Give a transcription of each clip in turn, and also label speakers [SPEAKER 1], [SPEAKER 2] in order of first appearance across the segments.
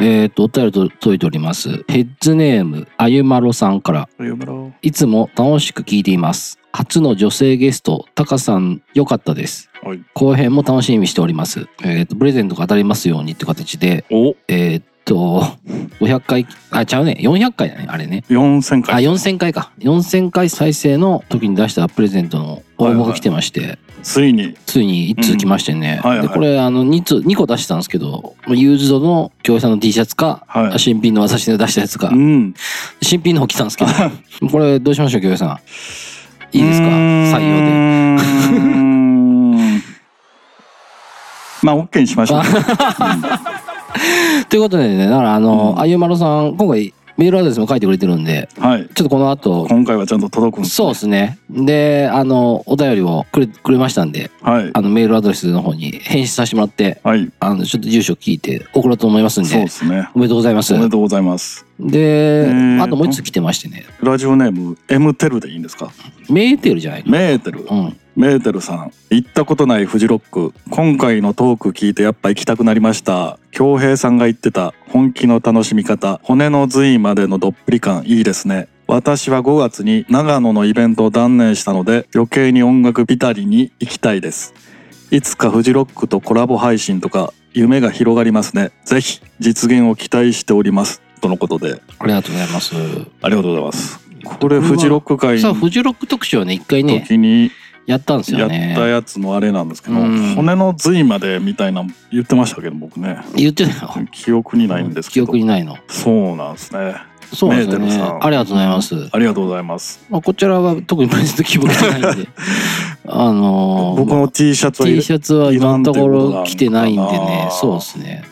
[SPEAKER 1] えっ、と、お便りと届いております。ヘッズネーム、あゆまろさんから、
[SPEAKER 2] 読むろ
[SPEAKER 1] いつも楽しく聞いています。初の女性ゲスト、タカさん、良かったです。
[SPEAKER 2] はい
[SPEAKER 1] 後編も楽しみにしております。えっ、と、プレゼントが当たりますようにって形で、
[SPEAKER 2] お
[SPEAKER 1] えっ、と、500回、あ、ちゃうね、400回だね、あれね。
[SPEAKER 2] 4000
[SPEAKER 1] あ、
[SPEAKER 2] 回
[SPEAKER 1] 4000回か。4000回再生の時に出したプレゼントの応募が来てまして、
[SPEAKER 2] ついに
[SPEAKER 1] ついに1通来ましてね。
[SPEAKER 2] うんはいはい
[SPEAKER 1] で、これ、あの、2通、2個出したんですけど、ユーズドの京平さんの T シャツか、
[SPEAKER 2] はい
[SPEAKER 1] 新品の私の出したやつか
[SPEAKER 2] う、ん
[SPEAKER 1] 新品の方来たんですけど、これどうしましょう、京平さん。いいですか
[SPEAKER 2] うーん
[SPEAKER 1] 採用で。
[SPEAKER 2] まあ OK にしましょう
[SPEAKER 1] ということでね、だからあの
[SPEAKER 2] う、ん
[SPEAKER 1] あゆまろさん、今回メールアドレスも書いてくれてるんで、
[SPEAKER 2] はい
[SPEAKER 1] ちょっとこの後、
[SPEAKER 2] 今回はちゃんと届くんです
[SPEAKER 1] そうですね。で、あの、お便りをくれくれましたんで、
[SPEAKER 2] はい
[SPEAKER 1] あの、メールアドレスの方に返信させてもらって、
[SPEAKER 2] はい
[SPEAKER 1] あの、ちょっと住所聞いて送ろうと思いますん
[SPEAKER 2] そう
[SPEAKER 1] で
[SPEAKER 2] で、すね
[SPEAKER 1] おめでとうございます
[SPEAKER 2] おめ。でとうございます
[SPEAKER 1] で、
[SPEAKER 2] ー
[SPEAKER 1] あともう一つ来てましてね、
[SPEAKER 2] ラジオネームエムテルでいいんですか
[SPEAKER 1] メーテルじゃないの
[SPEAKER 2] メーテル
[SPEAKER 1] うん。
[SPEAKER 2] メーテルさん行ったことないフジロック今回のトーク聞いてやっぱ行きたくなりました恭平さんが言ってた本気の楽しみ方骨の髄までのどっぷり感いいですね私は5月に長野のイベントを断念したので余計に音楽ビタリに行きたいですいつかフジロックとコラボ配信とか夢が広がりますねぜひ実現を期待しておりますとのことで
[SPEAKER 1] ありがとうございます。
[SPEAKER 2] ありがとうございますこれフジロック会
[SPEAKER 1] さあ、
[SPEAKER 2] の
[SPEAKER 1] フジロック特集はね、一回ね、
[SPEAKER 2] 時に
[SPEAKER 1] やったんです
[SPEAKER 2] や
[SPEAKER 1] よ
[SPEAKER 2] った
[SPEAKER 1] ね。
[SPEAKER 2] やつのあれなんですけど、
[SPEAKER 1] うん
[SPEAKER 2] 骨の髄までみたいなの言ってましたけど僕ね
[SPEAKER 1] 言ってたよ。
[SPEAKER 2] 記憶にないんですけ
[SPEAKER 1] 記
[SPEAKER 2] ど
[SPEAKER 1] 憶にないの。
[SPEAKER 2] そうなんですね
[SPEAKER 1] そうなんですよね
[SPEAKER 2] メーテルさ。ん
[SPEAKER 1] ありがとうございます。
[SPEAKER 2] ありがとうございます
[SPEAKER 1] まあ、こちらは特にプレゼント希望してないん で、あのー
[SPEAKER 2] 僕の T シャツは
[SPEAKER 1] T シャツは今のとこ
[SPEAKER 2] いらん
[SPEAKER 1] ろ
[SPEAKER 2] って
[SPEAKER 1] 着
[SPEAKER 2] い
[SPEAKER 1] て
[SPEAKER 2] うこと
[SPEAKER 1] な
[SPEAKER 2] ない
[SPEAKER 1] ん
[SPEAKER 2] の
[SPEAKER 1] で
[SPEAKER 2] かな
[SPEAKER 1] ね、そうですね。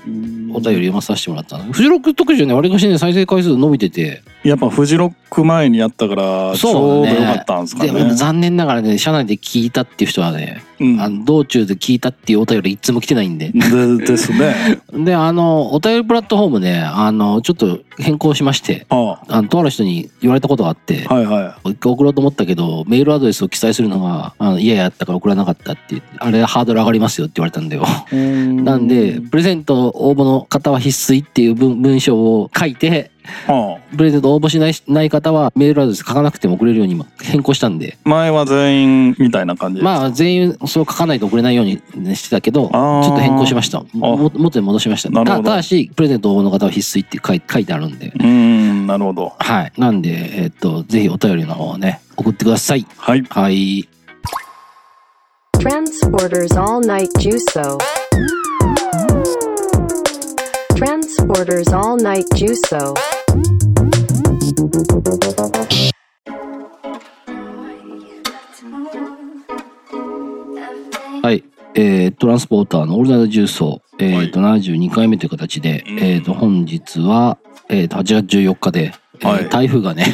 [SPEAKER 1] お便り
[SPEAKER 2] り
[SPEAKER 1] 読まさせてもらったんです。フジロック特集ね、わりかしね、再生回数伸びてて、
[SPEAKER 2] やっぱフジロック前にやったからち
[SPEAKER 1] そ
[SPEAKER 2] ょ
[SPEAKER 1] う
[SPEAKER 2] うど
[SPEAKER 1] だね
[SPEAKER 2] よかったんですかね
[SPEAKER 1] でも残念ながらね、社内で聞いたっていう人はね、
[SPEAKER 2] うん
[SPEAKER 1] あの道中で聞いたっていうお便りいつも来てないんで。
[SPEAKER 2] でで すね
[SPEAKER 1] で、あの、お便りプラットフォームね、あの、ちょっと変更しまして、
[SPEAKER 2] あ
[SPEAKER 1] あの、とある人に言われたことがあって、
[SPEAKER 2] あはいは
[SPEAKER 1] 一回送ろうと思ったけど、メールアドレスを記載するのが、あの嫌やったから送らなかったって言って、あれハードル上がりますよって言われたんだよ。
[SPEAKER 2] い
[SPEAKER 1] なんで、プレゼント応募の方は必須っていう文文章を書いて、
[SPEAKER 2] ああ
[SPEAKER 1] プレゼント応募しないない方はメールアドレス書かなくても送れるように今変更したんで、
[SPEAKER 2] 前は全員みたいな感じ
[SPEAKER 1] まあ全員そう書かないと送れないようにねしてたけど、ちょ
[SPEAKER 2] あー
[SPEAKER 1] っと変更しました。も元に戻しました。
[SPEAKER 2] なるほ
[SPEAKER 1] た
[SPEAKER 2] ど
[SPEAKER 1] ただし、プレゼント応募の方は必須って書い書いてあるんで、
[SPEAKER 2] うーんなるほど
[SPEAKER 1] はい。なんで、えっと、ぜひお便りの方をね、送ってください。
[SPEAKER 2] はい
[SPEAKER 1] はい。
[SPEAKER 3] Transporters All Night Juso. Transporters All Night Juso.
[SPEAKER 1] はい、えートランスポーターのオールナイト重曹、えーと72回目という形で、
[SPEAKER 2] うん
[SPEAKER 1] えーと本日は、えーと8月14日で、えー
[SPEAKER 2] はい
[SPEAKER 1] 台風がね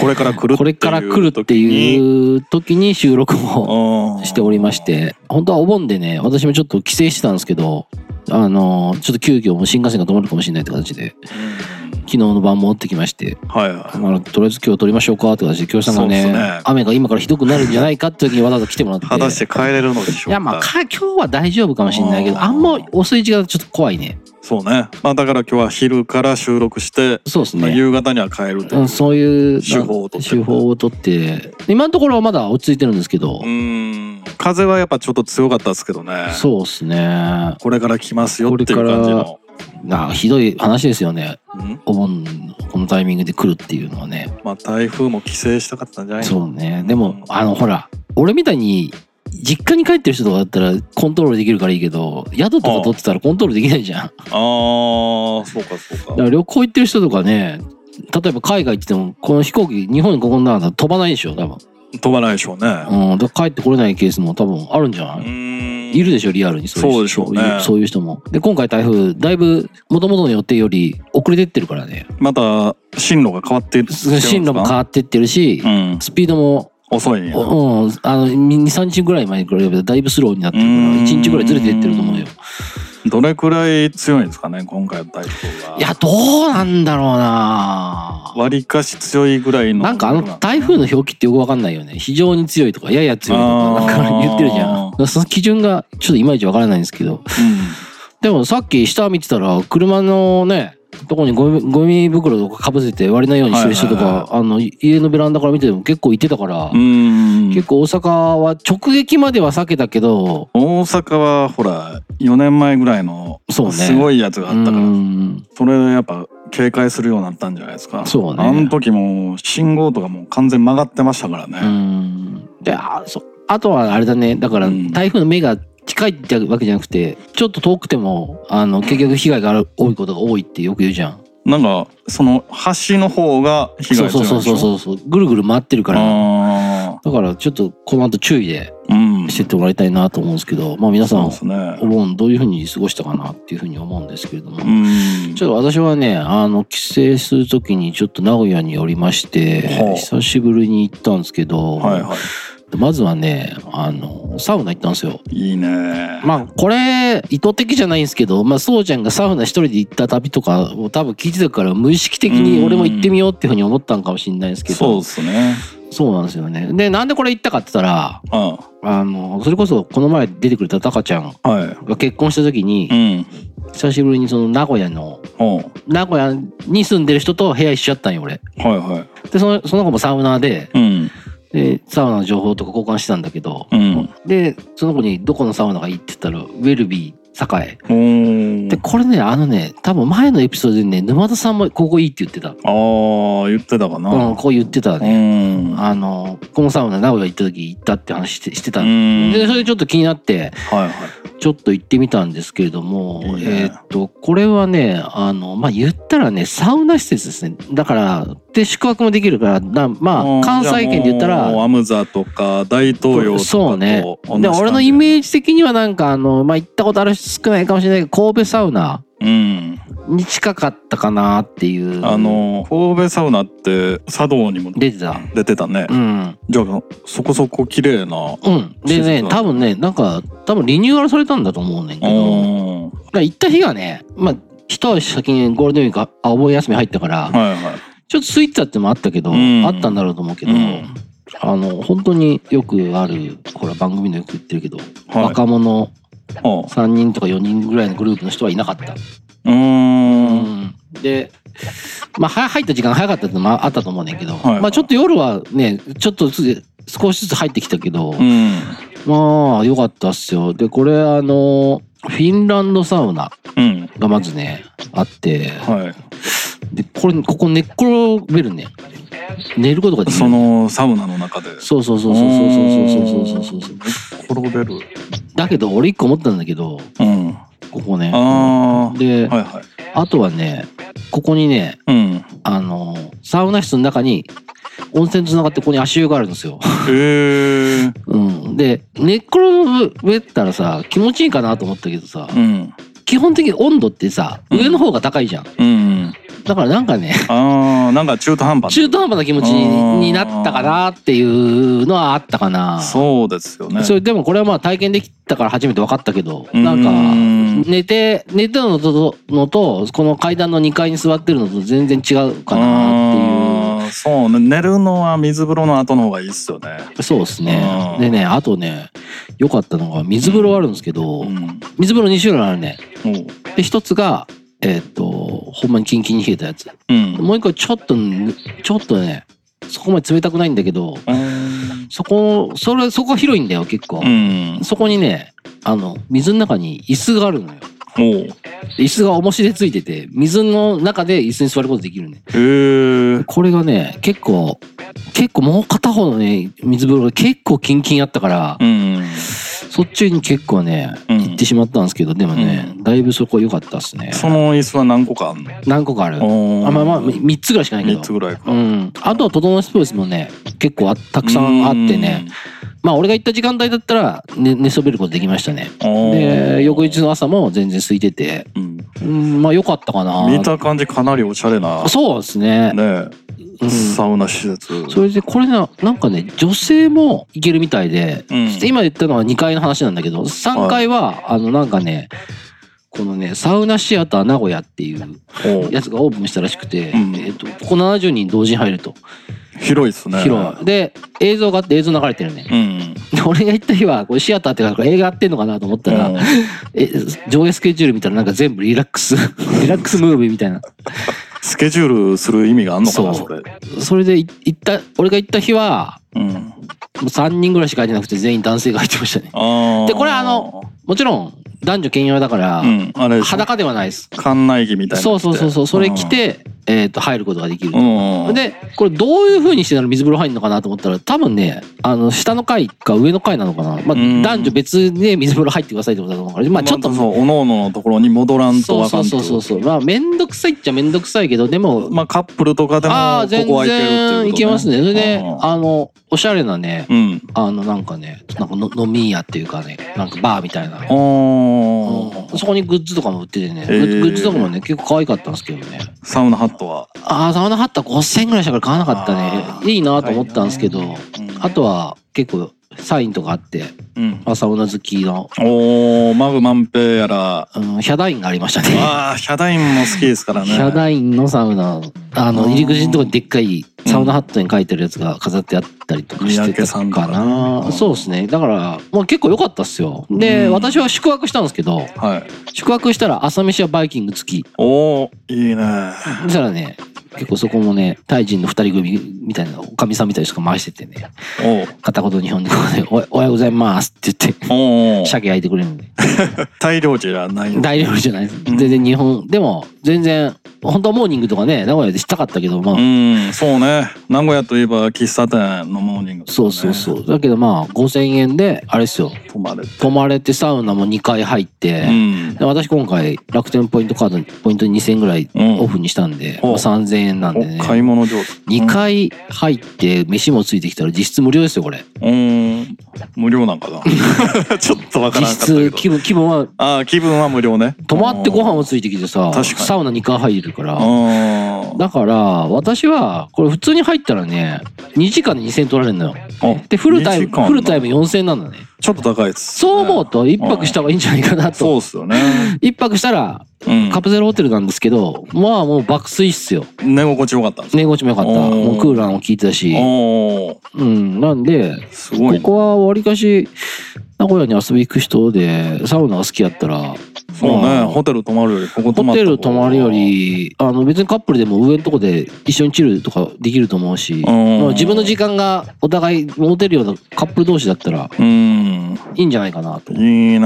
[SPEAKER 2] これから来るっていう
[SPEAKER 1] これから来るって
[SPEAKER 2] 時に
[SPEAKER 1] いう時に収録を
[SPEAKER 2] うん
[SPEAKER 1] しておりまして本当はお盆でね私もちょっと帰省してたんですけどあのーちょっと急遽もう新幹線が止まるかもしれないって形で
[SPEAKER 2] うん
[SPEAKER 1] 昨日の晩戻ってきまして
[SPEAKER 2] はいはい
[SPEAKER 1] あのとりあえず今日撮りましょうかって形で京平さんがね
[SPEAKER 2] そうっすね
[SPEAKER 1] 雨が今からひどくなるんじゃないかって時にわざわざ来てもらって
[SPEAKER 2] 果たして帰れるのでしょうか
[SPEAKER 1] いやまあか今日は大丈夫かもしれないけど
[SPEAKER 2] あー
[SPEAKER 1] あんま遅い時間だとちょっと怖いね
[SPEAKER 2] そうねまあだから今日は昼から収録して、
[SPEAKER 1] そうです
[SPEAKER 2] まあ、
[SPEAKER 1] ね、
[SPEAKER 2] 夕方には帰ると
[SPEAKER 1] う、
[SPEAKER 2] いうん
[SPEAKER 1] そういう
[SPEAKER 2] 手法を取って
[SPEAKER 1] 手法を取って今のところはまだ落ち着いてるんですけど、
[SPEAKER 2] うん風はやっぱちょっと強かったですけどね
[SPEAKER 1] そうですねな
[SPEAKER 2] これから来ますよっていう感じの
[SPEAKER 1] あひどい話ですよね
[SPEAKER 2] うん
[SPEAKER 1] お盆このタイミングで来るっていうのはね、
[SPEAKER 2] まあ台風も帰省したかったんじゃないの
[SPEAKER 1] そうねでも、
[SPEAKER 2] うん
[SPEAKER 1] あのほら俺みたいに実家に帰ってる人とかだったらコントロールできるからいいけど宿とか取ってたらコントロールできないじゃん
[SPEAKER 2] ああそうかそう
[SPEAKER 1] だか
[SPEAKER 2] から
[SPEAKER 1] 旅行行ってる人とかね例えば海外行っててもこの飛行機日本にここになら飛ばないでしょ多分、
[SPEAKER 2] 飛ばないでしょうね
[SPEAKER 1] うん、だから帰ってこれないケースも多分あるんじゃな
[SPEAKER 2] う
[SPEAKER 1] い、
[SPEAKER 2] ん
[SPEAKER 1] いるでしょリアルにそういう人
[SPEAKER 2] そうでし
[SPEAKER 1] そ
[SPEAKER 2] ょうね
[SPEAKER 1] ういうそういう人もで今回台風だいぶ元々の予定より遅れてってるからね
[SPEAKER 2] また進路が変わってる
[SPEAKER 1] 進路も変わってってるし、
[SPEAKER 2] うん
[SPEAKER 1] スピードも、
[SPEAKER 2] 遅いんや
[SPEAKER 1] おうん、あの23日ぐらい前に比べるとだいぶスローになってるから
[SPEAKER 2] うん
[SPEAKER 1] 1日ぐらいずれてってると思うよ
[SPEAKER 2] どれくらい強いんですかね今回の台風はい
[SPEAKER 1] やどうなんだろうな
[SPEAKER 2] 割かし強いぐらいの
[SPEAKER 1] なんかあの台風の表記ってよくわかんないよね。非常に強いとか、やや強いとか、
[SPEAKER 2] あ
[SPEAKER 1] な
[SPEAKER 2] ー
[SPEAKER 1] んか言ってるじゃん。その基準がちょっといまいちわからないんですけど、でもさっき下見てたら車のねとこにゴミゴミ袋とかかぶせて割れないようにしてる人とか、
[SPEAKER 2] はいはい
[SPEAKER 1] あの家のベランダから見てても結構いてたから、
[SPEAKER 2] うん
[SPEAKER 1] 結構大阪は直撃までは避けたけど
[SPEAKER 2] 大阪はほら4年前ぐらいの
[SPEAKER 1] そうね
[SPEAKER 2] すごいやつがあったから、
[SPEAKER 1] うん
[SPEAKER 2] それやっぱ警戒するようになったんじゃないですか
[SPEAKER 1] そうね
[SPEAKER 2] あの時もう信号とかもう完全に曲がってましたから
[SPEAKER 1] う
[SPEAKER 2] ね、
[SPEAKER 1] んであそあとはあれだねだから
[SPEAKER 2] うん
[SPEAKER 1] 台風の目が近いってわけじゃなくてちょっと遠くてもあの結局被害がある多いことが多いってよく言うじゃん
[SPEAKER 2] なんかその橋の方が被
[SPEAKER 1] そ
[SPEAKER 2] 害
[SPEAKER 1] う
[SPEAKER 2] じゃ
[SPEAKER 1] そう
[SPEAKER 2] ない
[SPEAKER 1] そう
[SPEAKER 2] でしょ
[SPEAKER 1] そうそうそうぐるぐる回ってるから
[SPEAKER 2] あ
[SPEAKER 1] だからちょっとこの後注意で
[SPEAKER 2] ーうん
[SPEAKER 1] してってもらいたいなと思うんですけどまあ皆さ
[SPEAKER 2] そうで
[SPEAKER 1] ん
[SPEAKER 2] すね
[SPEAKER 1] お盆どういうふうに過ごしたかなっていうふうに思うんですけれども、
[SPEAKER 2] うん
[SPEAKER 1] ちょっと私はねあの帰省する時にちょっと名古屋に寄りまして
[SPEAKER 2] ほう
[SPEAKER 1] 久しぶりに行ったんですけど、
[SPEAKER 2] はいは
[SPEAKER 1] まずはねあのサウナ行ったんですよ。
[SPEAKER 2] いいいね
[SPEAKER 1] まあこれ意図的じゃないんですけど、まあ、そうちゃんがサウナ一人で行った旅とかを多分聞いてたから無意識的に俺も行ってみようっていうふうに思ったんかもしれないですけど
[SPEAKER 2] そうですね
[SPEAKER 1] そうなんですよね。でなんでこれ行ったかって言ったら
[SPEAKER 2] あ
[SPEAKER 1] あのそれこそこの前出てくれたタカちゃん
[SPEAKER 2] はい
[SPEAKER 1] が結婚した時に、
[SPEAKER 2] うん
[SPEAKER 1] 久しぶりにその名古屋の
[SPEAKER 2] おう
[SPEAKER 1] 名古屋に住んでる人と部屋一緒やったんよ俺。
[SPEAKER 2] はいはい
[SPEAKER 1] でそのその子もサウナーで
[SPEAKER 2] うん
[SPEAKER 1] でサウナの情報とか交換してたんだけど、
[SPEAKER 2] うん
[SPEAKER 1] でその子に「どこのサウナがいい?」って言ったら「ウェルビー栄」
[SPEAKER 2] おー
[SPEAKER 1] でこれねあのね多分前のエピソードでね沼田さんもここいいって言ってた、
[SPEAKER 2] ああ言ってたかな
[SPEAKER 1] うん、こう言ってたね、
[SPEAKER 2] うん
[SPEAKER 1] あのこのサウナ名古屋行った時行ったって話してしてた、
[SPEAKER 2] うん
[SPEAKER 1] でそれでちょっと気になって
[SPEAKER 2] はいはい
[SPEAKER 1] ちょっと行ってみたんですけれども
[SPEAKER 2] いいね
[SPEAKER 1] えーっとこれはねあのまあ言ったらねサウナ施設ですねだからで宿泊もできるからなまあ関西圏で言ったら
[SPEAKER 2] もうアムザとか大東洋とかと
[SPEAKER 1] そうね
[SPEAKER 2] 同じ感じ
[SPEAKER 1] で俺のイメージ的にはなんかあのまあ行ったことある人少ないかもしれないけど神戸サウナ
[SPEAKER 2] うん
[SPEAKER 1] に近かったかなっていう
[SPEAKER 2] あの神戸サウナって茶道にも
[SPEAKER 1] 出てた
[SPEAKER 2] 出てたね、
[SPEAKER 1] うん
[SPEAKER 2] じゃあそこそこ綺麗な
[SPEAKER 1] うんで
[SPEAKER 2] 施設
[SPEAKER 1] ね
[SPEAKER 2] だ
[SPEAKER 1] 多分ねなんか多分リニューアルされたんだと思うねんけど
[SPEAKER 2] うん
[SPEAKER 1] だから行った日がねまあ一足先にゴールデンウィークああお盆休み入ったから
[SPEAKER 2] はいはい
[SPEAKER 1] ちょっと空いてたってのもあったけど、
[SPEAKER 2] うん
[SPEAKER 1] あったんだろうと思うけど、
[SPEAKER 2] うん
[SPEAKER 1] あの本当によくあるほら番組でよく言ってるけど、
[SPEAKER 2] はい
[SPEAKER 1] 若者
[SPEAKER 2] あ
[SPEAKER 1] 3人とか4人ぐらいのグループの人はいなかった。
[SPEAKER 2] うーん
[SPEAKER 1] で、まあ、は入った時間早かったってのもああったと思うねんけど、
[SPEAKER 2] はい
[SPEAKER 1] まあ、ちょっと夜はねちょっとずつ少しずつ入ってきたけど、
[SPEAKER 2] うん
[SPEAKER 1] まあよかったっすよ。でこれあのフィンランドサウナ
[SPEAKER 2] うん
[SPEAKER 1] がまずねあって
[SPEAKER 2] は
[SPEAKER 1] でこれここ寝っ転べるね寝ることがで
[SPEAKER 2] い
[SPEAKER 1] きる
[SPEAKER 2] そのサウナの中で
[SPEAKER 1] そうそうそうそうそうそうそうそうそうそう
[SPEAKER 2] 転べる
[SPEAKER 1] だけど俺一個思ったんだけど
[SPEAKER 2] うん
[SPEAKER 1] ここね
[SPEAKER 2] あ
[SPEAKER 1] で、
[SPEAKER 2] あはいはい
[SPEAKER 1] あとはねここにね
[SPEAKER 2] うん
[SPEAKER 1] あのサウナ室の中に温泉とつながってここに足湯があるんですよ、
[SPEAKER 2] ええ
[SPEAKER 1] うん、で寝っ転べたらさ気持ちいいかなと思ったけどさ
[SPEAKER 2] うん
[SPEAKER 1] 基本的に温度ってさ上の方が高いじゃん
[SPEAKER 2] うん
[SPEAKER 1] だからなんかね
[SPEAKER 2] ああなんか中途半端
[SPEAKER 1] 中途半端な気持ちになったかなっていうのはあったかな
[SPEAKER 2] そうですよね
[SPEAKER 1] それでもこれはまあ体験できたから初めて分かったけどなん
[SPEAKER 2] う
[SPEAKER 1] か
[SPEAKER 2] ん
[SPEAKER 1] 寝て寝てたのとのとこの階段の2階に座ってるのと全然違うかなっ
[SPEAKER 2] あーそうね寝るのは水風呂の後の方がいいっすよね、
[SPEAKER 1] ていうそうですね
[SPEAKER 2] うん
[SPEAKER 1] でねあとね良かったのが水風呂あるんですけど
[SPEAKER 2] うん、
[SPEAKER 1] 水風呂2種類あるね
[SPEAKER 2] おう
[SPEAKER 1] で一つがえーっとほんまにキンキンに冷えたやつ
[SPEAKER 2] うん
[SPEAKER 1] もう一個ちょっとぬちょっとねそこまで冷たくないんだけどそこそれそこ広いんだよ結構
[SPEAKER 2] うん
[SPEAKER 1] そこにねあの水の中に椅子があるのよ
[SPEAKER 2] おう
[SPEAKER 1] 椅子が重しでついてて水の中で椅子に座ることできるね
[SPEAKER 2] へー
[SPEAKER 1] これがね結構結構もう片方のね水風呂が結構キンキンあったから、
[SPEAKER 2] うん
[SPEAKER 1] そっちに結構ね
[SPEAKER 2] うん
[SPEAKER 1] 行ってしまったんですけどでもね、だいぶそこ良かったっすね
[SPEAKER 2] その椅子は何個かあんの
[SPEAKER 1] 何個かあるあ
[SPEAKER 2] あ
[SPEAKER 1] まあまあ3つぐらいしかないけど
[SPEAKER 2] 3つぐらいか、
[SPEAKER 1] うん、あとは整いスペースもね結構あたくさんあってねまあ俺が行った時間帯だったら寝寝そべることできましたね
[SPEAKER 2] うん
[SPEAKER 1] で翌日、の朝も全然空いてて、
[SPEAKER 2] うん
[SPEAKER 1] うん、まあ良かったかな
[SPEAKER 2] 見た感じかなりおしゃれな
[SPEAKER 1] そうですね
[SPEAKER 2] ね、
[SPEAKER 1] うん
[SPEAKER 2] サウナ施設
[SPEAKER 1] それでこれななんかね女性も行けるみたいで、
[SPEAKER 2] うん
[SPEAKER 1] 今言ったのは2階の話なんだけど3階は、あのなんかねここのね、サウナシアター名古屋っていうやつがオープンしたらしくて、
[SPEAKER 2] うん
[SPEAKER 1] えっと、ここ70人同時に入ると。
[SPEAKER 2] 広いですね。
[SPEAKER 1] 広い。で、映像があって映像流れてるね。
[SPEAKER 2] うん。
[SPEAKER 1] で俺が行った日は、これシアターってから映画やってんのかなと思ったら、
[SPEAKER 2] うん
[SPEAKER 1] え、上映スケジュール見たらなんか全部リラック ス、リラックスムービーみたいな。
[SPEAKER 2] スケジュールする意味があんのかな、
[SPEAKER 1] そ
[SPEAKER 2] そうれ。
[SPEAKER 1] それでい行った、俺が行った日は、
[SPEAKER 2] うん。
[SPEAKER 1] もう3人ぐらいしか入ってなくて全員男性が入ってましたね。
[SPEAKER 2] ああ。
[SPEAKER 1] でこれあの、もちろん男女兼用だから
[SPEAKER 2] う、ん、あれでしょ、
[SPEAKER 1] 裸ではないです。
[SPEAKER 2] 館内着みたいな
[SPEAKER 1] そ
[SPEAKER 2] の
[SPEAKER 1] う
[SPEAKER 2] 着
[SPEAKER 1] そ
[SPEAKER 2] て。
[SPEAKER 1] うそうそう、それ着て、えっと、入ることができる
[SPEAKER 2] う。ん。うん。
[SPEAKER 1] で、これどういう風にしてなら水風呂入るのかなと思ったら、多分ね、あの、下の階か上の階なのかな。まあ、
[SPEAKER 2] うん
[SPEAKER 1] 男女別で水風呂入ってくださいってことだと思うから、まあ、ちょっと
[SPEAKER 2] ま、そう、おのおののところに戻らんと
[SPEAKER 1] そ
[SPEAKER 2] わ
[SPEAKER 1] う
[SPEAKER 2] か
[SPEAKER 1] そ
[SPEAKER 2] ん
[SPEAKER 1] う
[SPEAKER 2] と
[SPEAKER 1] そうそうそう。まあ、めんどくさいっちゃめんどくさいけど、でも、
[SPEAKER 2] まあ、カップルとかでも、
[SPEAKER 1] ああ、全
[SPEAKER 2] ここ空いてるっていうこと、
[SPEAKER 1] 然いけますね。それで、
[SPEAKER 2] うん
[SPEAKER 1] あの、おしゃれなね、
[SPEAKER 2] うん。
[SPEAKER 1] あの、なんかね、なんかの飲み屋っていうかね、なんかバーみたいな。
[SPEAKER 2] おー
[SPEAKER 1] そこにグッズとかも売っててね、グ
[SPEAKER 2] へー
[SPEAKER 1] ッグッズとかもね、結構可愛かったんですけどね。
[SPEAKER 2] サウナハットは。
[SPEAKER 1] ああ、サウナハットは5000円ぐらいしたから買わなか
[SPEAKER 2] あ
[SPEAKER 1] った
[SPEAKER 2] ー
[SPEAKER 1] ね。いいなと思ったんですけど、
[SPEAKER 2] うん
[SPEAKER 1] あとは結構サインとかあって、
[SPEAKER 2] うん。
[SPEAKER 1] まあ、サウナ好きの、
[SPEAKER 2] おー、マグマンペやら。
[SPEAKER 1] うん、ヒャダインがありましたね。
[SPEAKER 2] ああ、ヒャダインも好きですからね。
[SPEAKER 1] ヒャダインのサウナ、あ
[SPEAKER 2] あ
[SPEAKER 1] の、
[SPEAKER 2] ー
[SPEAKER 1] 入り口のとこにでっかいサウナハットに書いてるやつが飾ってあったりとかして
[SPEAKER 2] 三宅
[SPEAKER 1] た
[SPEAKER 2] さんと
[SPEAKER 1] か
[SPEAKER 2] かね
[SPEAKER 1] な。
[SPEAKER 2] うん
[SPEAKER 1] そうですね。だから、もう結構良かったっすよ。で、
[SPEAKER 2] うん
[SPEAKER 1] 私は宿泊したんですけど、
[SPEAKER 2] はい。
[SPEAKER 1] 宿泊したら朝飯はバイキング付き。
[SPEAKER 2] おー、いいね。
[SPEAKER 1] そしたらね、結構そこもね、タイ人の二人組みたいな、おかみさんみたいな人が回しててね、
[SPEAKER 2] おー
[SPEAKER 1] 片言日本語でお、おはようございますって言って、
[SPEAKER 2] おー。
[SPEAKER 1] 鮭焼いてくれるんで。
[SPEAKER 2] 大量じゃない。
[SPEAKER 1] 大料理じゃないです。
[SPEAKER 2] うん
[SPEAKER 1] 全然日本、でも、全然、本当はモーニングとかね、名古屋でしたかったけど、まあ、
[SPEAKER 2] うん、そうね。名古屋といえば喫茶店のモーニング、。
[SPEAKER 1] そうそうそうう。だけどまあ、5000円で、あれですよ、
[SPEAKER 2] 泊まれて。
[SPEAKER 1] 泊まれてサウナも2回入って、
[SPEAKER 2] うん
[SPEAKER 1] で。私今回、楽天ポイントカードに、ポイント2000円ぐらい
[SPEAKER 2] うん
[SPEAKER 1] オフにしたんで、
[SPEAKER 2] お
[SPEAKER 1] まあ3000円なんでね
[SPEAKER 2] お、買い物上手。
[SPEAKER 1] 2回入って、飯もついてきたら実質無料ですよ、これ。
[SPEAKER 2] うん。無料なんか な。ちょっとわか
[SPEAKER 1] 実
[SPEAKER 2] らんかったけ
[SPEAKER 1] 質、
[SPEAKER 2] ど。
[SPEAKER 1] 気分、気分は、
[SPEAKER 2] ああ、気分は無料ね。
[SPEAKER 1] 泊まってご飯もついてきてさ、
[SPEAKER 2] 確かに
[SPEAKER 1] サウナ2回入るから、
[SPEAKER 2] あ
[SPEAKER 1] だから、私は、これ普通に入ったらね、2時間で2000円取られるのよ。
[SPEAKER 2] あ
[SPEAKER 1] で、フルタイ
[SPEAKER 2] 2時
[SPEAKER 1] ム、
[SPEAKER 2] 間
[SPEAKER 1] フルタイム4000円なんだね。
[SPEAKER 2] ちょっと高いです。。
[SPEAKER 1] そう思うと、1泊した方がいいんじゃないかな
[SPEAKER 2] そう
[SPEAKER 1] と。
[SPEAKER 2] っすよね。
[SPEAKER 1] 1泊したら、
[SPEAKER 2] うん
[SPEAKER 1] カ。プセルホテルなんですけど、まあもう爆睡っすよ。
[SPEAKER 2] 寝心地よかったんですか
[SPEAKER 1] 寝心地も良かった。
[SPEAKER 2] おー
[SPEAKER 1] もうクーラーも効いてたし。
[SPEAKER 2] おー
[SPEAKER 1] うん。なんで、
[SPEAKER 2] すご
[SPEAKER 1] こ
[SPEAKER 2] い。
[SPEAKER 1] こはわりかし、名古屋に遊び行く人で、サウナが好きやったら、
[SPEAKER 2] そう
[SPEAKER 1] ま
[SPEAKER 2] ね。
[SPEAKER 1] あ
[SPEAKER 2] ホテル泊まるより、ここ泊ま
[SPEAKER 1] ホ
[SPEAKER 2] っ
[SPEAKER 1] テ
[SPEAKER 2] た方が
[SPEAKER 1] ル泊まるよ、り、あの別にカップルでも上のとこで一緒にチルとかできると思うし、
[SPEAKER 2] うん
[SPEAKER 1] まあ自分の時間がお互い持てるようなカップル同士だったら
[SPEAKER 2] うん。
[SPEAKER 1] いいんじゃないかなと
[SPEAKER 2] いいね。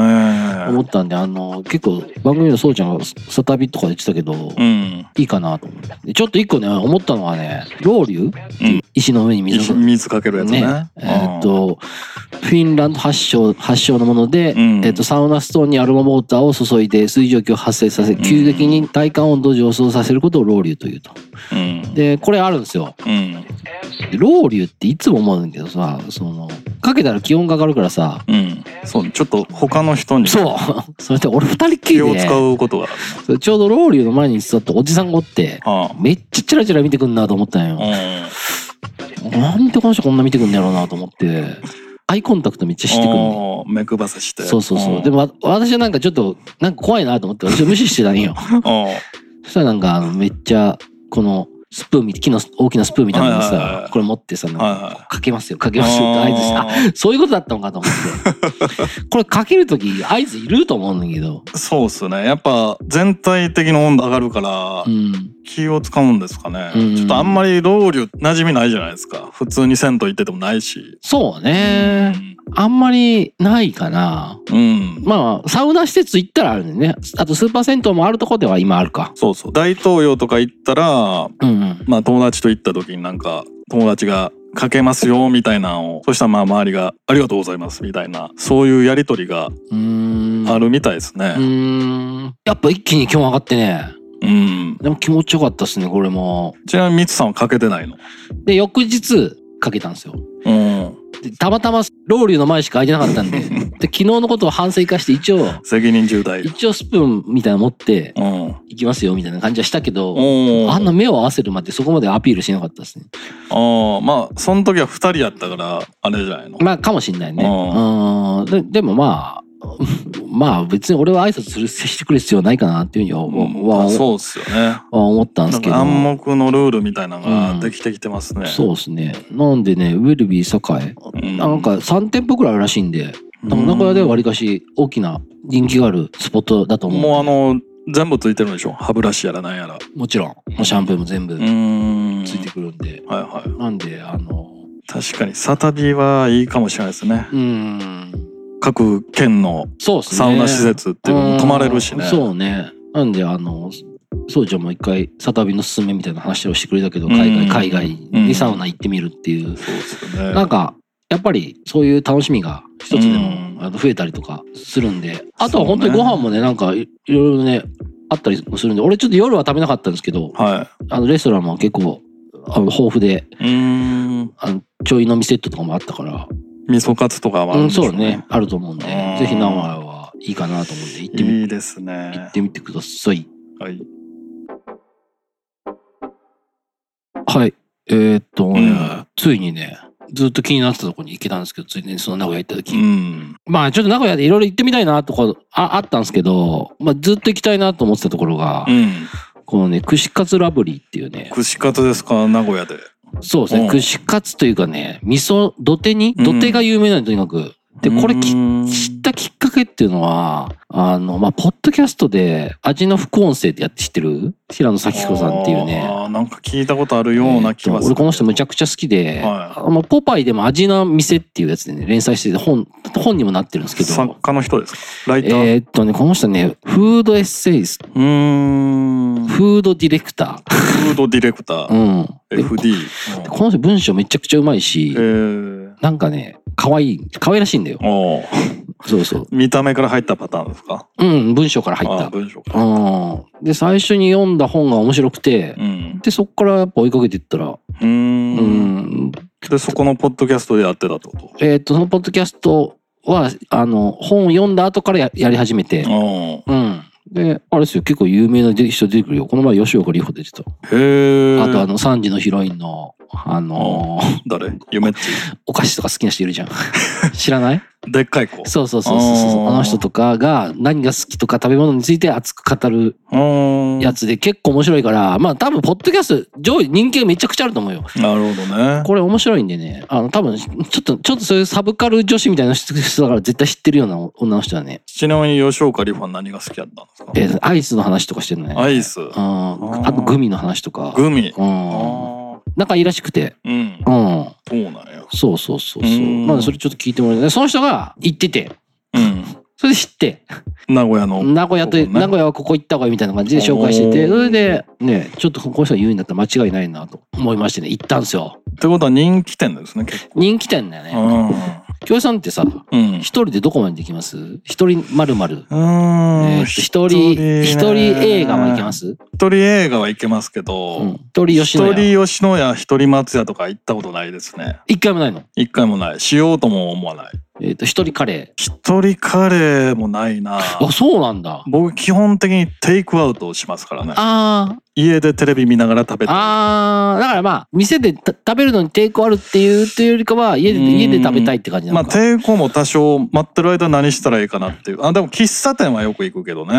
[SPEAKER 1] 思ったんで、あの、結構番組のそうちゃんがサタビとか言ってたけど、
[SPEAKER 2] うん。
[SPEAKER 1] いいかなと思って。でちょっと一個ね、思ったのはね、ロウリュっていう石の上に水
[SPEAKER 2] 水
[SPEAKER 1] を、ね
[SPEAKER 2] 水かけるやつね。
[SPEAKER 1] えーっと、フィンランド発祥、発祥のもので、
[SPEAKER 2] うん
[SPEAKER 1] えーっと、サウナストーンにアロマウォーターを注いで水蒸気を発生させ、
[SPEAKER 2] ん
[SPEAKER 1] 急激に体感温度を上昇させることをロウリュというと。
[SPEAKER 2] うん。
[SPEAKER 1] で、これあるんですよ。
[SPEAKER 2] うん。
[SPEAKER 1] でロウリュっていつも思うんだけどさ、その、かけたら気温が上がるからさ、
[SPEAKER 2] うん。そう、ちょっと他の人に
[SPEAKER 1] そう それで俺二人っきり
[SPEAKER 2] 気
[SPEAKER 1] で、
[SPEAKER 2] を使うことがある。
[SPEAKER 1] そうちょうどロウリュの前に座っておじさんがおって、
[SPEAKER 2] ああ
[SPEAKER 1] めっちゃチラチラ見てくんなと思ったんよ。
[SPEAKER 2] う
[SPEAKER 1] なんでこの人こんな見てくんだろうなと思って、アイコンタクトめっちゃしてくんね。
[SPEAKER 2] ん。目くばせして。
[SPEAKER 1] そうそうそう。で
[SPEAKER 2] も、
[SPEAKER 1] もわ私はなんかちょっと、なんか怖いなと思って、私は無視してたん よ。そしたらなんかあのめっちゃ、このスプーンみたい、木の大きなスプーンみたいなのを
[SPEAKER 2] はいはいは
[SPEAKER 1] さ
[SPEAKER 2] い、
[SPEAKER 1] これ持ってさ、なんか
[SPEAKER 2] は
[SPEAKER 1] かけますよ、か
[SPEAKER 2] い
[SPEAKER 1] け
[SPEAKER 2] は
[SPEAKER 1] ま
[SPEAKER 2] い。
[SPEAKER 1] すよって合図して、あ
[SPEAKER 2] あ
[SPEAKER 1] そういうことだったのかと思 って。これかけるとき合図いると思うんだけど。
[SPEAKER 2] あそうっすね。やっぱ全体的な温度上がるから
[SPEAKER 1] う、ん。
[SPEAKER 2] 気を使うんですかね。
[SPEAKER 1] うん
[SPEAKER 2] ちょっとあんまりロウリュ馴染みないじゃないですか。普通に銭湯行っててもないし。
[SPEAKER 1] そうね。あんまりないかな。
[SPEAKER 2] うん。
[SPEAKER 1] まあ、サウナ施設行ったらあるんだよね。あとスーパー銭湯もあるとこでは今あるか。
[SPEAKER 2] そうそう。大東洋とか行ったら、
[SPEAKER 1] うんうん。
[SPEAKER 2] まあ友達と行った時になんか友達がかけますよみたいなのをそしたらまあ周りがありがとうございますみたいなそういうやりとりが
[SPEAKER 1] うーん
[SPEAKER 2] あるみたいですね
[SPEAKER 1] う。ーん。やっぱ一気に気温上がってね。
[SPEAKER 2] うん。
[SPEAKER 1] でも気持ちよかったっすね、これも。
[SPEAKER 2] ちなみにミツさんはかけてないの。
[SPEAKER 1] で、翌日かけたんですよ。
[SPEAKER 2] うん。
[SPEAKER 1] でたまたまロウリュの前しか空いてなかったん で。で、昨日のことを反省生かして一応、
[SPEAKER 2] 責任重大。
[SPEAKER 1] 一応スプーンみたいなの持って
[SPEAKER 2] うん。
[SPEAKER 1] 行きますよみたいな感じはしたけど、
[SPEAKER 2] お
[SPEAKER 1] あんな
[SPEAKER 2] あ
[SPEAKER 1] 目を合わせるまでそこまでアピールしなかったですね。
[SPEAKER 2] あまあその時は二人やったからあれじゃないの。
[SPEAKER 1] まあ、かもしんないね。
[SPEAKER 2] う
[SPEAKER 1] うーん。ででもまあ、まあ別に俺は挨拶するしてくる必要ないかなっていうふうには
[SPEAKER 2] うん
[SPEAKER 1] は
[SPEAKER 2] あそうっすよね。
[SPEAKER 1] は思ったんで
[SPEAKER 2] な
[SPEAKER 1] す
[SPEAKER 2] ん
[SPEAKER 1] けど
[SPEAKER 2] か暗黙のルールみたいなの
[SPEAKER 1] うん
[SPEAKER 2] ができてきてますね。
[SPEAKER 1] そうですねなんでねウェルビー
[SPEAKER 2] う
[SPEAKER 1] 栄
[SPEAKER 2] ん
[SPEAKER 1] なんか3店舗くらいあるらしいんで
[SPEAKER 2] う
[SPEAKER 1] 多分名古屋ではわりかし大きな人気があるスポットだと思う
[SPEAKER 2] もうあの全部ついてるんでしょ歯ブラシやらなんやら。
[SPEAKER 1] もちろんもうシャンプーも全部
[SPEAKER 2] うん。
[SPEAKER 1] ついてくるんで、
[SPEAKER 2] はいはい。
[SPEAKER 1] なんであの
[SPEAKER 2] 確かにサタビはいいかもしれないですね。
[SPEAKER 1] うん
[SPEAKER 2] 各県の
[SPEAKER 1] そうっすね
[SPEAKER 2] サウナ施設っていうのも泊まれるしね。
[SPEAKER 1] うんそうねなんであのそうじゃんもう一回サタビのすすめみたいな話をしてくれたけど海
[SPEAKER 2] うん
[SPEAKER 1] 外海外にサウナ行ってみるっていう、
[SPEAKER 2] そうですよね。
[SPEAKER 1] なんかやっぱりそういう楽しみが一つでも、
[SPEAKER 2] うん
[SPEAKER 1] あの増えたりとかするんであとは
[SPEAKER 2] そう
[SPEAKER 1] 本当
[SPEAKER 2] ね
[SPEAKER 1] にご飯もねなんかいいろいろねあったりもするんで俺ちょっと夜は食べなかったんですけど
[SPEAKER 2] は
[SPEAKER 1] あのレストランも結構あの豊富で
[SPEAKER 2] い。うん。
[SPEAKER 1] あのちょい飲みセットとかもあったから
[SPEAKER 2] 味噌カツとかもある
[SPEAKER 1] うんん、
[SPEAKER 2] でしょ
[SPEAKER 1] そうね。あると思うんで
[SPEAKER 2] うん
[SPEAKER 1] ぜひ名古屋はいいかなと思うんで行ってみ
[SPEAKER 2] いいです
[SPEAKER 1] 行
[SPEAKER 2] ね
[SPEAKER 1] っ。てみてください
[SPEAKER 2] はい。
[SPEAKER 1] はいえーっとね、
[SPEAKER 2] うん
[SPEAKER 1] ついにねずっと気になってたとこに行けたんですけどついにその名古屋行った時、
[SPEAKER 2] うん。
[SPEAKER 1] まあちょっと名古屋でいろいろ行ってみたいなとかああったんですけど、まあ、ずっと行きたいなと思ってたところが、
[SPEAKER 2] うん。
[SPEAKER 1] このね串カツラブリーっていうね
[SPEAKER 2] 串カツですか名古屋で。
[SPEAKER 1] そうです
[SPEAKER 2] う
[SPEAKER 1] ね
[SPEAKER 2] ん
[SPEAKER 1] 串カツというかね味噌土手に
[SPEAKER 2] うん
[SPEAKER 1] 土手が有名なんでとにかくでこれき
[SPEAKER 2] うん
[SPEAKER 1] 知ったきっかけっていうのはあのまあポッドキャストで味の副音声ってやって知ってる平野咲子さんっていうね
[SPEAKER 2] あーなんか聞いたことあるような気
[SPEAKER 1] えー
[SPEAKER 2] が
[SPEAKER 1] と
[SPEAKER 2] する。
[SPEAKER 1] 俺この人むちゃくちゃ好きで、
[SPEAKER 2] は
[SPEAKER 1] あのポパイでも味の店っていうやつでね連載してて本本にもなってるんですけど
[SPEAKER 2] 作家の人ですかライター、
[SPEAKER 1] えーっとねこの人ねフードエッセイス
[SPEAKER 2] うーん。フ
[SPEAKER 1] フードディレクタ
[SPEAKER 2] ードディレクタ
[SPEAKER 1] ー。う
[SPEAKER 2] ー、
[SPEAKER 1] ん。で
[SPEAKER 2] FD。うん
[SPEAKER 1] この人文章めちゃくちゃうまい
[SPEAKER 2] え
[SPEAKER 1] し、
[SPEAKER 2] ー、
[SPEAKER 1] なんかね、可愛い、可愛らしいんだよ。
[SPEAKER 2] おー
[SPEAKER 1] そうそう。
[SPEAKER 2] 見た目から入ったパターンですか
[SPEAKER 1] うん、文章から入
[SPEAKER 2] あ
[SPEAKER 1] っ
[SPEAKER 2] ー文章か
[SPEAKER 1] た。
[SPEAKER 2] ら。
[SPEAKER 1] うん。で、最初に読んだ本が面白くて
[SPEAKER 2] う、ん。
[SPEAKER 1] で、そっからやっぱ追いかけてったら、
[SPEAKER 2] う
[SPEAKER 1] う
[SPEAKER 2] ー
[SPEAKER 1] んん。
[SPEAKER 2] で、そこのポッドキャストでやってたってこと
[SPEAKER 1] えーっと、そのポッドキャストは、あの、本を読んだ後からややり始めて、
[SPEAKER 2] あ
[SPEAKER 1] うん。で、あれですよ、結構有名な人出てくるよ。この前、吉岡里帆出てた。
[SPEAKER 2] あ。へえ。
[SPEAKER 1] あと、あの、3時のヒロインの、あのー
[SPEAKER 2] 誰夢っち。
[SPEAKER 1] お菓子とか好きな人いるじゃん。 知らない
[SPEAKER 2] でっ かい子。
[SPEAKER 1] そうそうそうそうそう
[SPEAKER 2] あー
[SPEAKER 1] あの人とかが何が好きとか食べ物について熱く語る
[SPEAKER 2] うーん。
[SPEAKER 1] やつで結構面白いから、まあ多分ポッドキャスト上位人気がめちゃくちゃあると思うよ。
[SPEAKER 2] なるほど ね。
[SPEAKER 1] これ面白いんでね、あの多分ちょっと、ちょっとそういうサブカル女子みたいな人だから絶対知ってるような女の人だね。
[SPEAKER 2] ちなみに吉岡里帆は何が好きだったんですか
[SPEAKER 1] えーアイスの話とかしてるのね。
[SPEAKER 2] アイ
[SPEAKER 1] ス。
[SPEAKER 2] ス。
[SPEAKER 1] うん。あとグミの話とか。
[SPEAKER 2] グミ。
[SPEAKER 1] う
[SPEAKER 2] あ
[SPEAKER 1] ん。
[SPEAKER 2] あ。
[SPEAKER 1] 仲いいらしくて。
[SPEAKER 2] うん
[SPEAKER 1] う。ん。
[SPEAKER 2] そうなんや。
[SPEAKER 1] そうそうそうそう。
[SPEAKER 2] うん
[SPEAKER 1] なんでそれちょっと聞いてもらいたい。その人が行ってて、
[SPEAKER 2] うん。
[SPEAKER 1] それで知って、
[SPEAKER 2] 名古屋の。
[SPEAKER 1] 名古屋と、
[SPEAKER 2] そうね
[SPEAKER 1] 名古屋はここ行った方がいいみたいな感じで紹介してて、
[SPEAKER 2] おー
[SPEAKER 1] それで、ね、ちょっとこの人が言うんだったら間違いないなと思いましてね、行ったんですよ。
[SPEAKER 2] ってことは人気店ですね、結
[SPEAKER 1] 人気店だよね。
[SPEAKER 2] 構。
[SPEAKER 1] 京平さんってさ、
[SPEAKER 2] うん。うん
[SPEAKER 1] 一。人でどこまでできます一人まるまる。
[SPEAKER 2] うー
[SPEAKER 1] え
[SPEAKER 2] ん
[SPEAKER 1] ー一人、一人映画はいけますす
[SPEAKER 2] 一人映画は行けますけ
[SPEAKER 1] う
[SPEAKER 2] ど
[SPEAKER 1] ん、一人吉野
[SPEAKER 2] 一
[SPEAKER 1] 家。
[SPEAKER 2] 人吉野家、一人松屋とか行ったことないですね。
[SPEAKER 1] 一回もないの。
[SPEAKER 2] 一回もない。しようとも思わない。
[SPEAKER 1] えっと、一人カレ
[SPEAKER 2] 一人カレーもないな
[SPEAKER 1] ー。あ、そうなんだ。
[SPEAKER 2] 僕基本的にテイクアウトをしますからね。
[SPEAKER 1] あ
[SPEAKER 2] 家でテレビ見ながら食べ
[SPEAKER 1] ー
[SPEAKER 2] てる
[SPEAKER 1] あー、だからまあ、店でた食べるのに抵抗あるっていうというよりかは、家で、
[SPEAKER 2] うん
[SPEAKER 1] 家で食べたいって感じな
[SPEAKER 2] ま
[SPEAKER 1] の
[SPEAKER 2] あ
[SPEAKER 1] か。
[SPEAKER 2] 抵抗も多少待ってる間何したらいいかなっていう。あ、でも喫茶店はよく行くけどね。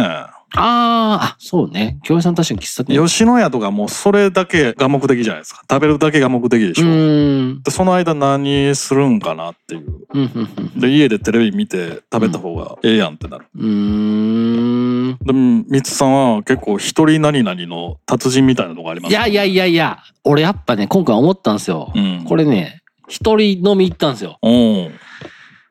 [SPEAKER 1] あーあ、そうね。京平さん確かに喫茶店。
[SPEAKER 2] 吉野家とかもうそれだけが目的じゃないですか。食べるだけが目的でし
[SPEAKER 1] う
[SPEAKER 2] ょ。
[SPEAKER 1] ーん。
[SPEAKER 2] でその間何するんかなっていう。
[SPEAKER 1] うんうん
[SPEAKER 2] で、家でテレビ見て食べた方がええやんってなる。
[SPEAKER 1] うん。うーん。
[SPEAKER 2] でも、みつさんは結構一人何々の達人みたいなのがありま
[SPEAKER 1] い
[SPEAKER 2] すね
[SPEAKER 1] やいやいやいや、俺やっぱね、今回思ったんですよ。
[SPEAKER 2] うん。
[SPEAKER 1] これね、一人飲み行ったんですよ。
[SPEAKER 2] うん。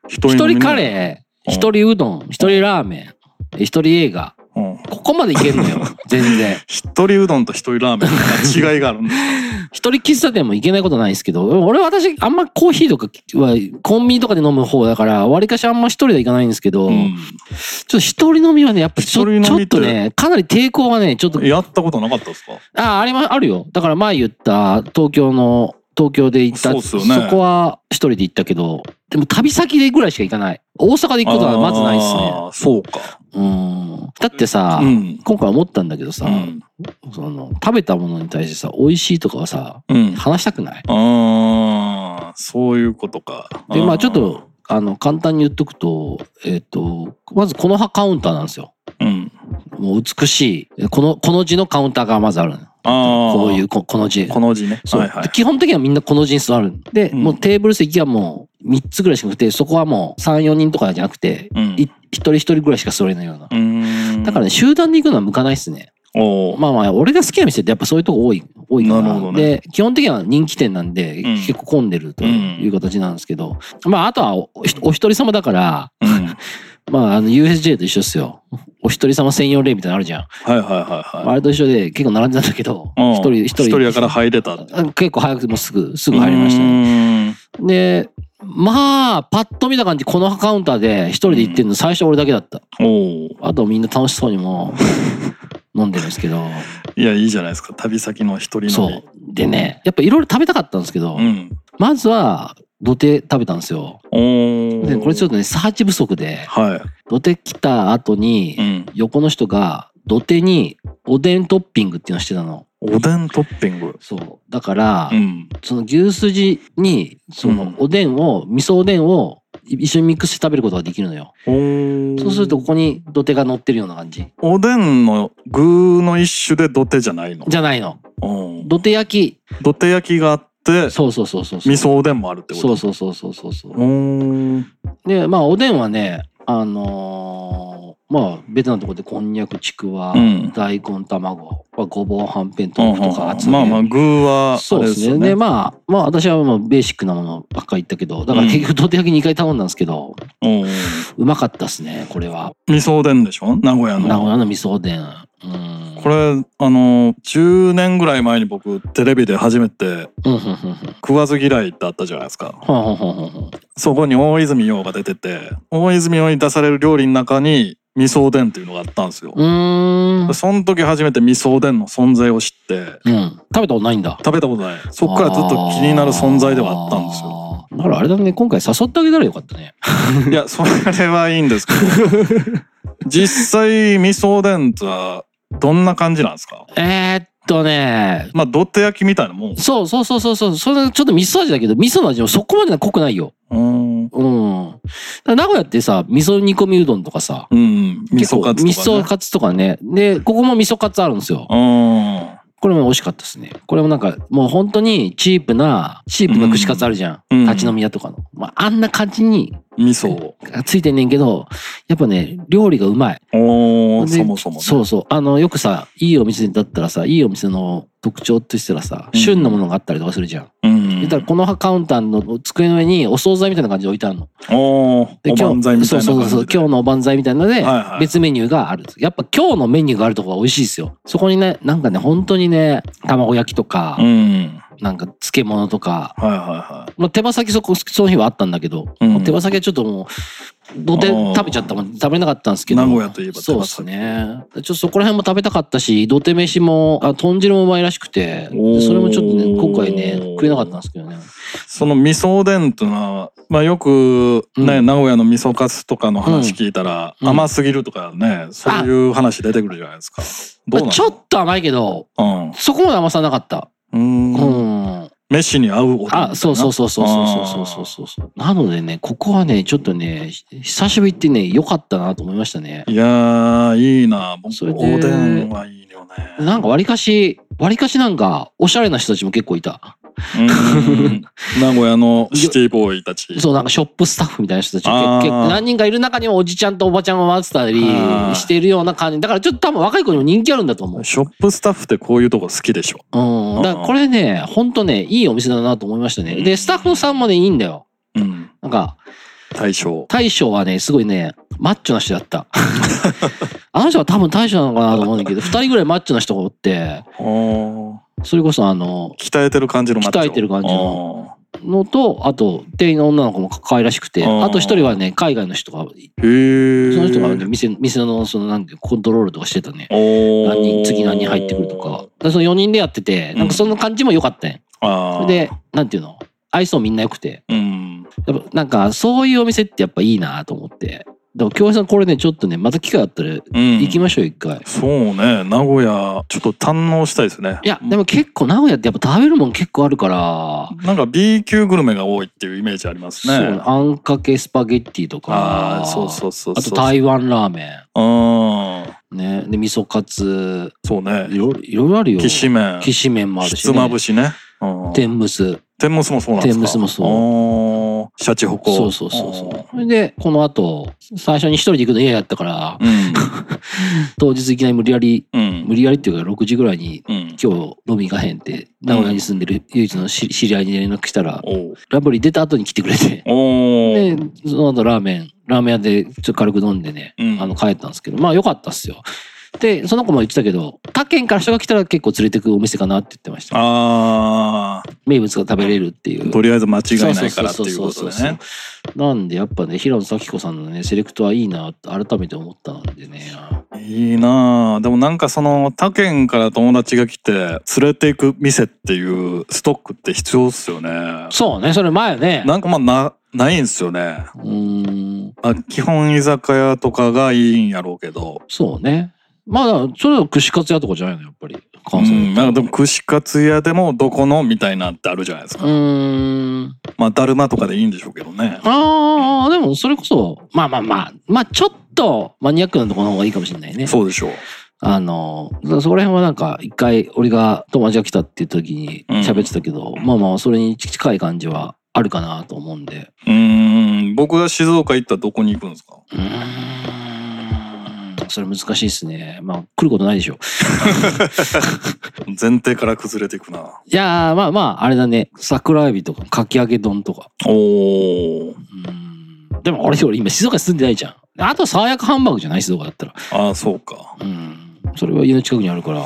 [SPEAKER 2] 一
[SPEAKER 1] 一
[SPEAKER 2] 飲み
[SPEAKER 1] 人
[SPEAKER 2] ね
[SPEAKER 1] カレー、
[SPEAKER 2] うん
[SPEAKER 1] 一人うどん、一人ラーメン、一人映画。
[SPEAKER 2] うん。
[SPEAKER 1] ここまでいけん のよ。全然。
[SPEAKER 2] 一人うどんと一人ラーメンの違いがあるんだ。
[SPEAKER 1] 一人喫茶店も行けないことないんですけど、俺私あんまコーヒーとかはコンビニとかで飲む方だから、わりかしあんま一人では行かないんですけど、
[SPEAKER 2] う
[SPEAKER 1] ちょ
[SPEAKER 2] ん。
[SPEAKER 1] っと一人飲みはね、やっぱちょ
[SPEAKER 2] 一人
[SPEAKER 1] ち
[SPEAKER 2] 飲
[SPEAKER 1] ょ
[SPEAKER 2] み
[SPEAKER 1] っ
[SPEAKER 2] って
[SPEAKER 1] とね、かなり抵抗がね、ちょっと
[SPEAKER 2] やったことなかったですか
[SPEAKER 1] あ、ありま、あるよ。だから前言った東京の、東京で行った、
[SPEAKER 2] そうっすよね
[SPEAKER 1] こは一人で行ったけど、でも旅先でぐらいしか行かない。大阪で行くことはまずないですね。
[SPEAKER 2] あーそうか。
[SPEAKER 1] うん。だってさ、
[SPEAKER 2] うん。
[SPEAKER 1] 今回思ったんだけどさ、
[SPEAKER 2] うん。
[SPEAKER 1] その、食べたものに対してさ、美味しいとかはさ、
[SPEAKER 2] うん。
[SPEAKER 1] 話したくない
[SPEAKER 2] ああ、そういうことか。
[SPEAKER 1] で、まあちょっ
[SPEAKER 2] うん
[SPEAKER 1] と、あの、簡単に言っとくと、えっ、と、まずこの葉カウンターなんですよ。
[SPEAKER 2] うん。
[SPEAKER 1] もう美しい。この、この字のカウンターがまずあるの。
[SPEAKER 2] ああ。
[SPEAKER 1] こういうこ、この字。
[SPEAKER 2] この字ね。
[SPEAKER 1] そう、
[SPEAKER 2] はいはい
[SPEAKER 1] で。基本的にはみんなこの字に座るんで、
[SPEAKER 2] うん
[SPEAKER 1] もうテーブル席はもう3つぐらいしかなくて、そこはもう3、4人とかじゃなくて、
[SPEAKER 2] うん。
[SPEAKER 1] い一人一人ぐらいしか座れないような
[SPEAKER 2] う。ーん
[SPEAKER 1] だからね、集団で行くのは向かないですね。
[SPEAKER 2] おー
[SPEAKER 1] まあまあ、俺が好きな店ってやっぱそういうとこ多い、多いから。
[SPEAKER 2] なるほどね
[SPEAKER 1] で、基本的には人気店なんで、
[SPEAKER 2] ん
[SPEAKER 1] 結構混んでるという形なんですけど、まあ、あとはお、おお一人様だから、
[SPEAKER 2] うん。はい
[SPEAKER 1] まあ、あの、USJ と一緒ですよ。お一人様専用例みたいなのあるじゃん。
[SPEAKER 2] はいはい
[SPEAKER 1] あ
[SPEAKER 2] はい。
[SPEAKER 1] れと一緒で結構並んでたんだけど、
[SPEAKER 2] うん
[SPEAKER 1] 一人、一人。
[SPEAKER 2] 一人やから入れた。す
[SPEAKER 1] あ結構早くてもうすぐ、すぐ入りましたね。
[SPEAKER 2] ね。
[SPEAKER 1] で、まあ、パッと見た感じ、このカウンターで一人で行ってんの最初俺だけだった。
[SPEAKER 2] おおー。
[SPEAKER 1] あとみんな楽しそうにも飲んでるんですけど、
[SPEAKER 2] いや、いいじゃないですか。旅先の一人
[SPEAKER 1] そ
[SPEAKER 2] のみ
[SPEAKER 1] う。。でね、やっぱいろいろ食べたかったんですけど、
[SPEAKER 2] うん。
[SPEAKER 1] まずは土手食べたんですよ。
[SPEAKER 2] おー
[SPEAKER 1] で、これちょっとね、サーチ不足で、
[SPEAKER 2] は
[SPEAKER 1] 土手来た後
[SPEAKER 2] い。う
[SPEAKER 1] に、
[SPEAKER 2] ん。
[SPEAKER 1] 横の人が土手におでんトッピングっていうのしてたの。
[SPEAKER 2] おでんトッピング。
[SPEAKER 1] そう。だから、
[SPEAKER 2] うん。
[SPEAKER 1] その牛すじに、そうの
[SPEAKER 2] ん
[SPEAKER 1] おでんを、味噌おでんを一緒にミックスして食べることができるのよ。
[SPEAKER 2] おー
[SPEAKER 1] そうするとここに土手が乗ってるような感じ
[SPEAKER 2] おでんの具の一種で土手じゃないの
[SPEAKER 1] じゃないの
[SPEAKER 2] うん
[SPEAKER 1] 土手焼
[SPEAKER 2] 土手焼きがあって
[SPEAKER 1] きそうそうそうそうそう
[SPEAKER 2] 味噌おでんもあるってこと
[SPEAKER 1] そうそうそうそうそうそう
[SPEAKER 2] おー
[SPEAKER 1] でまあおでんはねあのーまあベタなところでこんにゃくちくわ、
[SPEAKER 2] うん
[SPEAKER 1] 大根卵、まあ、ごぼうはんぺん豆腐とか厚
[SPEAKER 2] うん
[SPEAKER 1] 揚
[SPEAKER 2] まあ
[SPEAKER 1] げ
[SPEAKER 2] まあ具はあ
[SPEAKER 1] そう
[SPEAKER 2] れ
[SPEAKER 1] で
[SPEAKER 2] ですす
[SPEAKER 1] ね
[SPEAKER 2] よ
[SPEAKER 1] で
[SPEAKER 2] ね
[SPEAKER 1] まあまあ私はもうベーシックなものばっかり言ったけどだから結局土手焼き2回頼んだんですけど、
[SPEAKER 2] うん
[SPEAKER 1] うまかったっすねこれは
[SPEAKER 2] 味噌おでんでしょ名古屋
[SPEAKER 1] 名古
[SPEAKER 2] の
[SPEAKER 1] 屋の味噌おでんうん
[SPEAKER 2] これあの10年ぐらい前に僕テレビで初めて
[SPEAKER 1] うんうんうんうん
[SPEAKER 2] 食わず嫌いってあったじゃないですか
[SPEAKER 1] ほんほんほんほんほん
[SPEAKER 2] そこに大泉洋が出てて大泉洋に出される料理の中に味噌おでんっていうのがあったんですよ
[SPEAKER 1] うーん
[SPEAKER 2] その時初めて味噌おでんの存在を知って
[SPEAKER 1] うん。食べたことないんだ。
[SPEAKER 2] 食べたことないそっからずっと気になる存在ではあったんですよ
[SPEAKER 1] よ。だからあれだね、今回誘ってあげたらよかったね。
[SPEAKER 2] いや、それはいい んですけど。実際、味噌おでんってはどんな感じなんですか
[SPEAKER 1] えー、っとね、
[SPEAKER 2] まあ、どって焼きみたいなもん。
[SPEAKER 1] そうそうそうそうそう、それちょっと味噌味だけど、味噌の味もそこまで濃くないよ。
[SPEAKER 2] うん。
[SPEAKER 1] うん。だから名古屋ってさ、味噌煮込みうどんとかさ、
[SPEAKER 2] うん。味噌カツ
[SPEAKER 1] 結
[SPEAKER 2] とか、ね。
[SPEAKER 1] 構味噌カツとかね。で、ここも味噌カツあるんですよ。これも美味しかったですね。これもなんか、もう本当にチープな、チープな串カツあるじゃ
[SPEAKER 2] うん
[SPEAKER 1] ん。
[SPEAKER 2] うん
[SPEAKER 1] 立ち飲み屋とかの。まあ、あんな感じに
[SPEAKER 2] うん。味噌を。
[SPEAKER 1] ついてんねんけど、やっぱね、料理がうまい。
[SPEAKER 2] おー
[SPEAKER 1] で
[SPEAKER 2] そもそも、ね。
[SPEAKER 1] そうそう。あの、よくさ、いいお店だったらさ、いいお店の特徴としたらさ、
[SPEAKER 2] うん
[SPEAKER 1] 旬のものがあったりとかするじゃん。
[SPEAKER 2] うん
[SPEAKER 1] だからこのカウンターの机の上にお惣菜みたいな感じで置いてあるの。
[SPEAKER 2] おー
[SPEAKER 1] で
[SPEAKER 2] おばんざいみたいな感じで。
[SPEAKER 1] そうそうそう。今日のおばんざいみたいなので
[SPEAKER 2] はいはい、
[SPEAKER 1] 別メニューがある。やっぱ今日のメニューがあるとこが美味しいですよ。そこにね、なんかね、本当にね、卵焼きとか、
[SPEAKER 2] うん。
[SPEAKER 1] なんか漬物とか、
[SPEAKER 2] はいはいは
[SPEAKER 1] まあ、手羽先そこ、その日はあったんだけど、
[SPEAKER 2] い。うん
[SPEAKER 1] 手羽先はちょっともう、土手食べちゃったもん、食べれなかったんですけど。
[SPEAKER 2] 名古屋といえば手
[SPEAKER 1] そう
[SPEAKER 2] 羽
[SPEAKER 1] で
[SPEAKER 2] 先
[SPEAKER 1] すね。ちょっとそこら辺も食べたかったし、土手飯も、あ、豚汁もうまいらしくて、
[SPEAKER 2] おー
[SPEAKER 1] でそれもちょっとね、今回ね、食えなかったんですけどね。
[SPEAKER 2] その味噌おでんっていうのは、まあよくね、
[SPEAKER 1] うん
[SPEAKER 2] 名古屋の味噌カツとかの話聞いたら、
[SPEAKER 1] うん
[SPEAKER 2] 甘すぎるとかね、そういう話出てくるじゃないですか。どう
[SPEAKER 1] ま
[SPEAKER 2] なの
[SPEAKER 1] あちょっと甘いけど、
[SPEAKER 2] うん。
[SPEAKER 1] そこまで甘さなかった。
[SPEAKER 2] う。
[SPEAKER 1] うんん。
[SPEAKER 2] 飯に合うおでんみたいな。
[SPEAKER 1] あ、そうそうそうそうそうそうそうそうそう。なのでね、ここはね、ちょっとね、ひ久しぶりってね、良かったなと思いましたね。
[SPEAKER 2] いやー、いいな。僕
[SPEAKER 1] それで
[SPEAKER 2] おでんはいいよね。
[SPEAKER 1] なんか割かし、割かしなんか、おしゃれな人たちも結構いた。
[SPEAKER 2] うん名古屋のシティボーイたち。
[SPEAKER 1] そう、なんかショップスタッフみたいな人たち
[SPEAKER 2] あー
[SPEAKER 1] も結構何人かいる中にもおじちゃんとおばちゃんが混ざってたり
[SPEAKER 2] あー
[SPEAKER 1] しているような感じ。だからちょっと多分若い子にも人気あるんだと思う。
[SPEAKER 2] ショップスタッフってこういうとこ好きでしょ。
[SPEAKER 1] うん。だからこれね、ほんとね、いいお店だなと思いましたね。で、スタッフさんもね、いいんだよ。
[SPEAKER 2] うん。
[SPEAKER 1] なんか、
[SPEAKER 2] 大将。
[SPEAKER 1] 大将はね、すごいね、マッチョな人だった。 あの人は多分大将なのかなと思うんだけど、二人ぐらいマッチョな人がおって、
[SPEAKER 2] おー
[SPEAKER 1] それこそあの、
[SPEAKER 2] 鍛えてる感じのマッチョ
[SPEAKER 1] 鍛えてる感じ
[SPEAKER 2] の。
[SPEAKER 1] のと、あと、店員の女の子も可愛らしくて、
[SPEAKER 2] あー
[SPEAKER 1] あと一人はね、海外の人が
[SPEAKER 2] あーへー。
[SPEAKER 1] その人がね店店のそのなんていうコントロールとかしてたね。
[SPEAKER 2] おー
[SPEAKER 1] 何人次何人入ってくるとか。だからその4人でやってて、なんかその感じも良かったね。
[SPEAKER 2] あ
[SPEAKER 1] そ
[SPEAKER 2] ー
[SPEAKER 1] れで、なんていうの愛想みんな良くて。
[SPEAKER 2] うん
[SPEAKER 1] やっぱなんかそういうお店ってやっぱいいなと思って。でも京平さんこれねちょっとねまた機会あったら
[SPEAKER 2] うん
[SPEAKER 1] 行きましょう一回、
[SPEAKER 2] そうね名古屋ちょっと堪能したいですね
[SPEAKER 1] いやでも結構名古屋ってやっぱ食べるもん結構あるから、
[SPEAKER 2] なんか B 級グルメが多いっていうイメージありますね
[SPEAKER 1] そうあんかけスパゲッティとか
[SPEAKER 2] ああそうそうそう
[SPEAKER 1] あ
[SPEAKER 2] そ
[SPEAKER 1] と
[SPEAKER 2] う
[SPEAKER 1] 台湾ラーメ
[SPEAKER 2] うん
[SPEAKER 1] ンねで味噌カツ
[SPEAKER 2] そうね
[SPEAKER 1] いろいろいろあるよ
[SPEAKER 2] きしめん
[SPEAKER 1] きしめんもある
[SPEAKER 2] ひ
[SPEAKER 1] し、
[SPEAKER 2] つ
[SPEAKER 1] ね、
[SPEAKER 2] まぶしね、うん、
[SPEAKER 1] 天むす
[SPEAKER 2] 天むすもそうなんですか
[SPEAKER 1] 天むすもそう
[SPEAKER 2] おーシャチホコ
[SPEAKER 1] そうそうそうそうそれでこの後最初に一人で行くの嫌やったから
[SPEAKER 2] うん
[SPEAKER 1] 当日いきなり無理やり
[SPEAKER 2] うん
[SPEAKER 1] 無理やりっていうか6時ぐらいに
[SPEAKER 2] うん
[SPEAKER 1] 今日飲み行かへんって名古屋に住んでる唯一の知知り合いに連絡したら
[SPEAKER 2] おう
[SPEAKER 1] ラブリー出た後に来てくれて
[SPEAKER 2] お
[SPEAKER 1] で
[SPEAKER 2] ー
[SPEAKER 1] その後ラーメンラーメン屋でちょっと軽く飲んでね
[SPEAKER 2] うん
[SPEAKER 1] あの帰ったんですけどまあ良かったっすよでその子も言ってたけど他県から人が来たら結構連れてくお店かなって言ってました
[SPEAKER 2] あ
[SPEAKER 1] 名物が食べれるっていう
[SPEAKER 2] ーとりあえず間違いないからっていうこと
[SPEAKER 1] そそ
[SPEAKER 2] で
[SPEAKER 1] そ
[SPEAKER 2] ね
[SPEAKER 1] そそうなんでやっぱね平野咲子さんのねセレクトはいいなって改めて思ったんでね
[SPEAKER 2] いいなあでもなんかその他県から友達が来て連れていく店っていうストックって必要っすよね
[SPEAKER 1] そうねそれ前ね
[SPEAKER 2] なんかまあなないんすよね
[SPEAKER 1] うーん
[SPEAKER 2] まあ基本居酒屋とかがいいんやろうけど
[SPEAKER 1] そうねまあだからそれは串カツ屋とかじゃないのやっぱり関西
[SPEAKER 2] うん、
[SPEAKER 1] だ
[SPEAKER 2] な
[SPEAKER 1] と
[SPEAKER 2] んかでも串カツ屋でもどこのみたいなってあるじゃないです
[SPEAKER 1] う
[SPEAKER 2] か、
[SPEAKER 1] ーん
[SPEAKER 2] まあだるまとかでいいんでしょうけどね
[SPEAKER 1] ああ、でもそれこそ、まあまあまあ、まあちょっとマニアックなところの方がいいかもしれないね。
[SPEAKER 2] そうでしょう
[SPEAKER 1] あの、そそこら辺はなんか一回俺が友達が来たっていう時に
[SPEAKER 2] うん
[SPEAKER 1] 喋ってたけど、まあまあそれに近い感じはあるかなと思うんで。
[SPEAKER 2] うーん僕が静岡行ったらどこに行くんですか
[SPEAKER 1] うーん、それ難しいですね。まあ来ることないでしょ。
[SPEAKER 2] 前提から崩れていくない
[SPEAKER 1] やー、まあまあ、あれだね。桜エビとかかき揚げ丼とか。
[SPEAKER 2] おー
[SPEAKER 1] うーん。でも俺俺今静岡に住んでないじゃん。あと爽やかハンバーグじゃない静岡だったら。
[SPEAKER 2] ああそうか
[SPEAKER 1] うん、それは家の近くにあるから、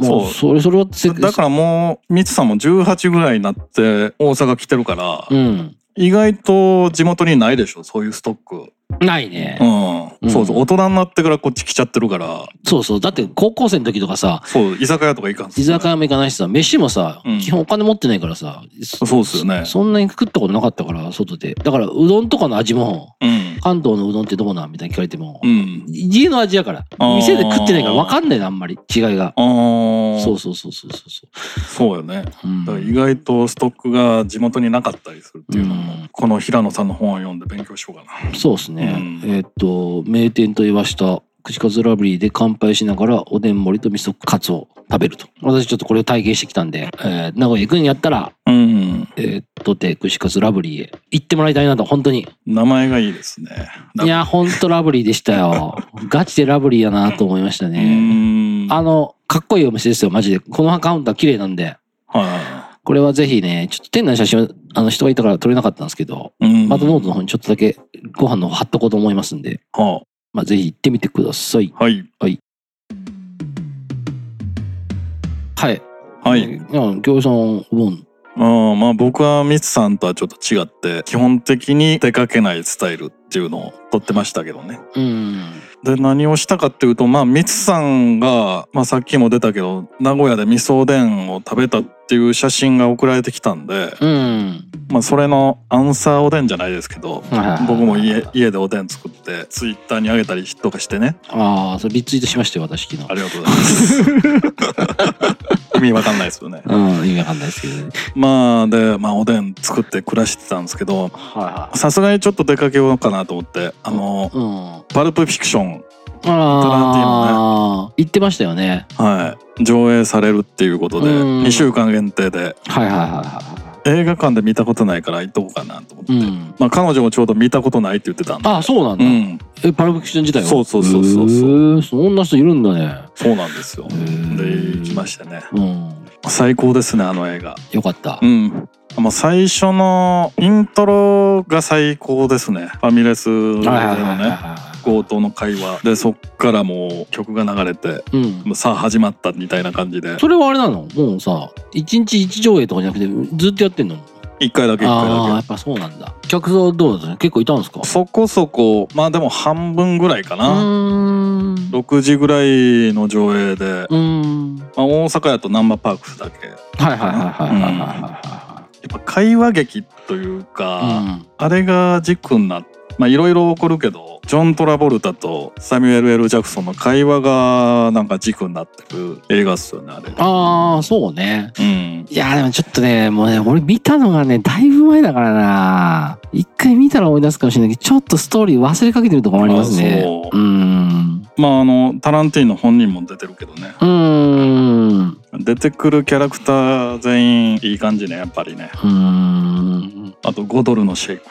[SPEAKER 2] そ
[SPEAKER 1] もう
[SPEAKER 2] う
[SPEAKER 1] それそれはせ
[SPEAKER 2] だからもうミツさんも18ぐらいになって大阪来てるから、
[SPEAKER 1] うん、
[SPEAKER 2] 意外と地元にないでしょそういうストック
[SPEAKER 1] ないね、
[SPEAKER 2] う
[SPEAKER 1] うんん
[SPEAKER 2] そうそう大人になってからこっち来ちゃってるから
[SPEAKER 1] そうそう、だって高校生の時とかさ、
[SPEAKER 2] そう居酒屋とか行かんっす
[SPEAKER 1] 居
[SPEAKER 2] よね
[SPEAKER 1] 酒屋も行かないしさ、飯もさ、
[SPEAKER 2] うん
[SPEAKER 1] 基本お金持ってないからさ、そ
[SPEAKER 2] そうっすよね
[SPEAKER 1] そんなに食ったことなかったから、外で。だから、うどんとかの味も、
[SPEAKER 2] うん
[SPEAKER 1] 関東のうどんってどうなんみたいに聞かれても、
[SPEAKER 2] うん
[SPEAKER 1] 家の味やから、
[SPEAKER 2] あー
[SPEAKER 1] 店で食ってないから分かんないな、あんまり、違いが。
[SPEAKER 2] ああ
[SPEAKER 1] そうそうそうそうそうそ
[SPEAKER 2] そうよね。
[SPEAKER 1] う。うん
[SPEAKER 2] だから意外とストックが地元になかったりするっていうのも、
[SPEAKER 1] うん
[SPEAKER 2] この平野さんの本を読んで勉強しようかな。
[SPEAKER 1] そうですね。
[SPEAKER 2] うん
[SPEAKER 1] えーっと、名店と言わした、串カツラブリーで乾杯しながら、おでん盛りと味噌カツを食べると。私ちょっとこれを体験してきたんで、えー名古屋行くんやったら、
[SPEAKER 2] うん。
[SPEAKER 1] えーっとて、串カツラブリーへ行ってもらいたいなと、本当に。
[SPEAKER 2] 名前がいいですね。
[SPEAKER 1] いや、本当ラブリーでしたよ。ガチでラブリーやなと思いました
[SPEAKER 2] う
[SPEAKER 1] ね。
[SPEAKER 2] ん。
[SPEAKER 1] あの、かっこいいお店ですよ、マジで。このカウンター綺麗なんで。
[SPEAKER 2] は
[SPEAKER 1] これはぜひね、ちょっと店内の写真を、あの人がいたから撮れなかったんですけど、
[SPEAKER 2] い。うん。
[SPEAKER 1] またノートの方にちょっとだけご飯の方貼っとこうと思いますんで、
[SPEAKER 2] は
[SPEAKER 1] まあ、ぜひ行ってみてください。
[SPEAKER 2] あはい。
[SPEAKER 1] はい。
[SPEAKER 2] はい。
[SPEAKER 1] や、京平さん、お盆。
[SPEAKER 2] うん。まあ僕はミツさんとはちょっと違って、基本的に出かけないスタイルっていうのをとってましたけどね。
[SPEAKER 1] うん。
[SPEAKER 2] で、何をしたかっていうと、まあミツさんが、まあさっきも出たけど、名古屋で味噌おでんを食べたっていう写真が送られてきたんで、
[SPEAKER 1] うん。
[SPEAKER 2] まあ、それのアンサーおでんじゃないですけど僕も家
[SPEAKER 1] あ
[SPEAKER 2] 家でおでん作ってツイッターにあげたりとかしてね
[SPEAKER 1] あ、それリツイートしましたよ、私昨
[SPEAKER 2] あ
[SPEAKER 1] 日。
[SPEAKER 2] りがとうございます意味わかんないですよね
[SPEAKER 1] うん、意味わかんないですけどね。
[SPEAKER 2] まあで、まあ、おでん作って暮らしてたんですけど
[SPEAKER 1] は
[SPEAKER 2] さすがにちょっと出かけようかなと思ってあの
[SPEAKER 1] いはい。うん。
[SPEAKER 2] パルプフィクション、
[SPEAKER 1] ああ、言ってましたよね。
[SPEAKER 2] はい、上映されるっていうことで
[SPEAKER 1] うん
[SPEAKER 2] 2週間限定で
[SPEAKER 1] はいはいはいは
[SPEAKER 2] 映画館で見たことないから行っとこうかなと思って、
[SPEAKER 1] い。うん。
[SPEAKER 2] まあ、彼女もちょうど見たことないって言ってたんで
[SPEAKER 1] ああ、そうなん
[SPEAKER 2] う
[SPEAKER 1] だ。
[SPEAKER 2] ん
[SPEAKER 1] え、パルプフィクション自体は
[SPEAKER 2] そうそうそうそうそう
[SPEAKER 1] う。へえ、そんな人いるんだね。
[SPEAKER 2] そうなんですよで
[SPEAKER 1] ん
[SPEAKER 2] 行きましたね
[SPEAKER 1] うん。
[SPEAKER 2] 最高ですねあの映画
[SPEAKER 1] よかった
[SPEAKER 2] う。んまあ最初のイントロが最高ですねファミレスで
[SPEAKER 1] はいはい
[SPEAKER 2] の
[SPEAKER 1] はい
[SPEAKER 2] ね
[SPEAKER 1] は
[SPEAKER 2] 強盗の会話でそっからもう曲が流れて
[SPEAKER 1] い。うん。
[SPEAKER 2] さあ始まったみたいな感じで
[SPEAKER 1] それはあれなのもうさ、一日一上映とかじゃなくて、ずっとやってんの
[SPEAKER 2] 一回だけ一回
[SPEAKER 1] ああ、や
[SPEAKER 2] だ
[SPEAKER 1] っぱそうなんだ。客層どうだったの結構いたんですか
[SPEAKER 2] けそこそこまあでも半分ぐらいか
[SPEAKER 1] う
[SPEAKER 2] な
[SPEAKER 1] ーん。
[SPEAKER 2] 6時ぐらいの上映で、
[SPEAKER 1] うーん。
[SPEAKER 2] まあ、大阪やとナンバーパークスだけや
[SPEAKER 1] はいはいはいはいはいはいは
[SPEAKER 2] っぱ会話劇というか、
[SPEAKER 1] いはい。
[SPEAKER 2] あれが軸になっまあいろいろ起こるけどジョン・トラボルタとサミュエル・ L ・ジャクソンの会話がなんか軸になってる映画っすよねあれ
[SPEAKER 1] ああ、そうね。
[SPEAKER 2] うん
[SPEAKER 1] いや、でもちょっとね、もうね、俺見たのがね、だいぶ前だからな。一回見たら思い出すかもしれないけど、ちょっとストーリー忘れかけてるとこもありますね
[SPEAKER 2] あ。そう
[SPEAKER 1] うーん。
[SPEAKER 2] まああのタランティーノ本人も出てるけどね
[SPEAKER 1] うーん。
[SPEAKER 2] 出てくるキャラクター全員いい感じねやっぱりね
[SPEAKER 1] うーん。
[SPEAKER 2] あと5ドルのシェイク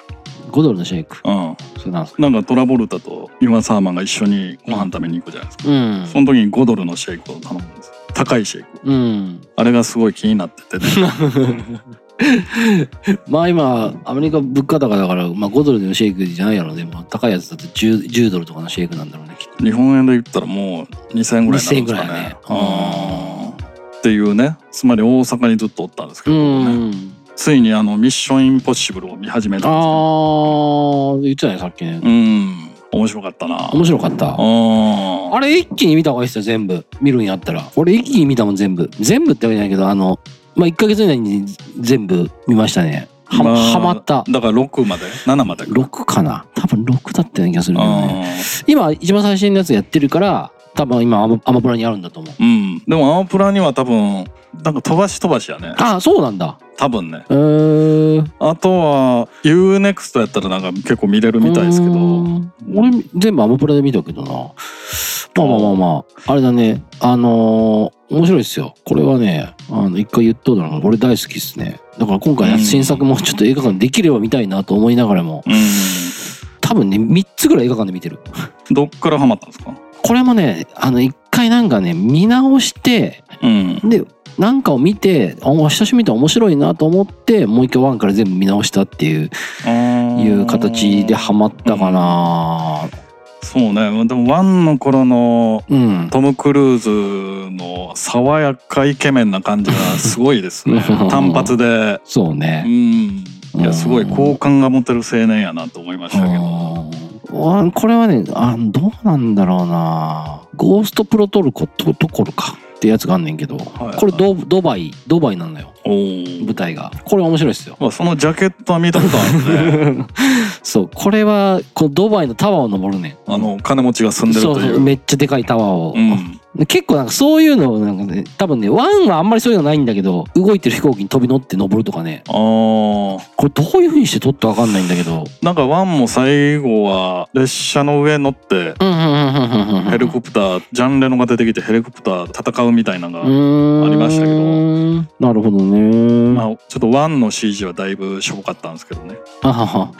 [SPEAKER 1] 5ドルのシェイク。
[SPEAKER 2] うん
[SPEAKER 1] それなんですか
[SPEAKER 2] なんかトラボルタとイワサーマンが一緒にご飯食べに行くじゃないですか、
[SPEAKER 1] うん。
[SPEAKER 2] その時に5ドルのシェイクを頼むんです高いシェイクを
[SPEAKER 1] うん。
[SPEAKER 2] あれがすごい気になって てね
[SPEAKER 1] まあ今、アメリカ物価高だから、まあ5ドルのシェイクじゃないやろうね。まあ高いやつだと 10, 10ドルとかのシェイクなんだろうね、きっと。
[SPEAKER 2] 日本円で言ったらもう2000円ぐらいになるんですか
[SPEAKER 1] 2000
[SPEAKER 2] ね
[SPEAKER 1] 円ぐらいね
[SPEAKER 2] うんっていうねつまり大阪にずっとおったんですけ
[SPEAKER 1] う
[SPEAKER 2] ど、ね
[SPEAKER 1] ん。
[SPEAKER 2] ついにあのミッションインポッシブルを見始めたんですよ
[SPEAKER 1] ああ、言ってたね、さっきね。
[SPEAKER 2] うん面白かったな
[SPEAKER 1] 面白かった。
[SPEAKER 2] あ
[SPEAKER 1] あれ一気に見た方がいいですよ、全部。見るんやったら。俺一気に見たもん、全部。全部ってわけじゃないけど、あの、まあ、1ヶ月以内に全部見ましたね。は、
[SPEAKER 2] まあ
[SPEAKER 1] はまった。
[SPEAKER 2] だから6まで7までか
[SPEAKER 1] 6かな多分6だったような気がするけどね。
[SPEAKER 2] あー
[SPEAKER 1] 今、一番最新のやつやってるから、多分今アマ、アマプラにあるんだと思う。
[SPEAKER 2] うんでもアマプラには多分なんか飛ばし飛ばしやね
[SPEAKER 1] ああ、そうなんだ。
[SPEAKER 2] 多分ね
[SPEAKER 1] えー。
[SPEAKER 2] あとは UNEXT やったらなんか結構見れるみたいですけ
[SPEAKER 1] う
[SPEAKER 2] ど
[SPEAKER 1] ーん。俺、全部アマプラで見たけどな。まあまあまあまあ。あれだね。あのー面白いですよ。これはね、あの、一回言っとうだろうな俺大好きですね。だから今回
[SPEAKER 2] う
[SPEAKER 1] は
[SPEAKER 2] ん
[SPEAKER 1] 新作もちょっと映画館できれば見たいなと思いながらも、
[SPEAKER 2] うん
[SPEAKER 1] 多分ね、3つぐらい映画館で見てる。
[SPEAKER 2] どっからハマったんですか
[SPEAKER 1] これもね、あの、一回なんかね、見直して、
[SPEAKER 2] うん
[SPEAKER 1] で、なんかを見て、あ、久しぶりに見たら面白いなと思って、もう一回ワンから全部見直したっていう、いう形でハマったかな
[SPEAKER 2] そうねでもワンの頃の
[SPEAKER 1] うん。
[SPEAKER 2] トム・クルーズの爽やかイケメンな感じがすごいで すね単発で
[SPEAKER 1] そう
[SPEAKER 2] う
[SPEAKER 1] ね。
[SPEAKER 2] んいやすごい
[SPEAKER 1] うん
[SPEAKER 2] 好感が持てる青年やなと思いましたけど
[SPEAKER 1] うんあこれはねあどうなんだろうなゴーストプロトルコとトコルかってやつがあんねんけど、
[SPEAKER 2] はい
[SPEAKER 1] これドドバイドバイなんだよ
[SPEAKER 2] お
[SPEAKER 1] 舞台がこれ面白いですよ
[SPEAKER 2] おそのジャケットは見たことあるね
[SPEAKER 1] そうこれはこうドバイのタワーを登るねん
[SPEAKER 2] あの金持ちが住んでる
[SPEAKER 1] そ
[SPEAKER 2] と
[SPEAKER 1] う
[SPEAKER 2] い
[SPEAKER 1] そううめっちゃでかいタワーを、
[SPEAKER 2] うん
[SPEAKER 1] で結構なんかそういうのなんかね多分ねワンはあんまりそういうのないんだけど動いてる飛行機に飛び乗って登るとかね
[SPEAKER 2] あー
[SPEAKER 1] これどういうふうにして撮ったか分かんないんだけど
[SPEAKER 2] なんかワンも最後は列車の上乗って
[SPEAKER 1] うんうんうんうんうんうん
[SPEAKER 2] ヘリコプタージャンレノが出てきてヘリコプター戦うみたいなのが、
[SPEAKER 1] あ
[SPEAKER 2] ありましたけど
[SPEAKER 1] なるほどね、
[SPEAKER 2] まあ、ちょっとワンの CG はだいぶしょぼかったんですけどね
[SPEAKER 1] あはは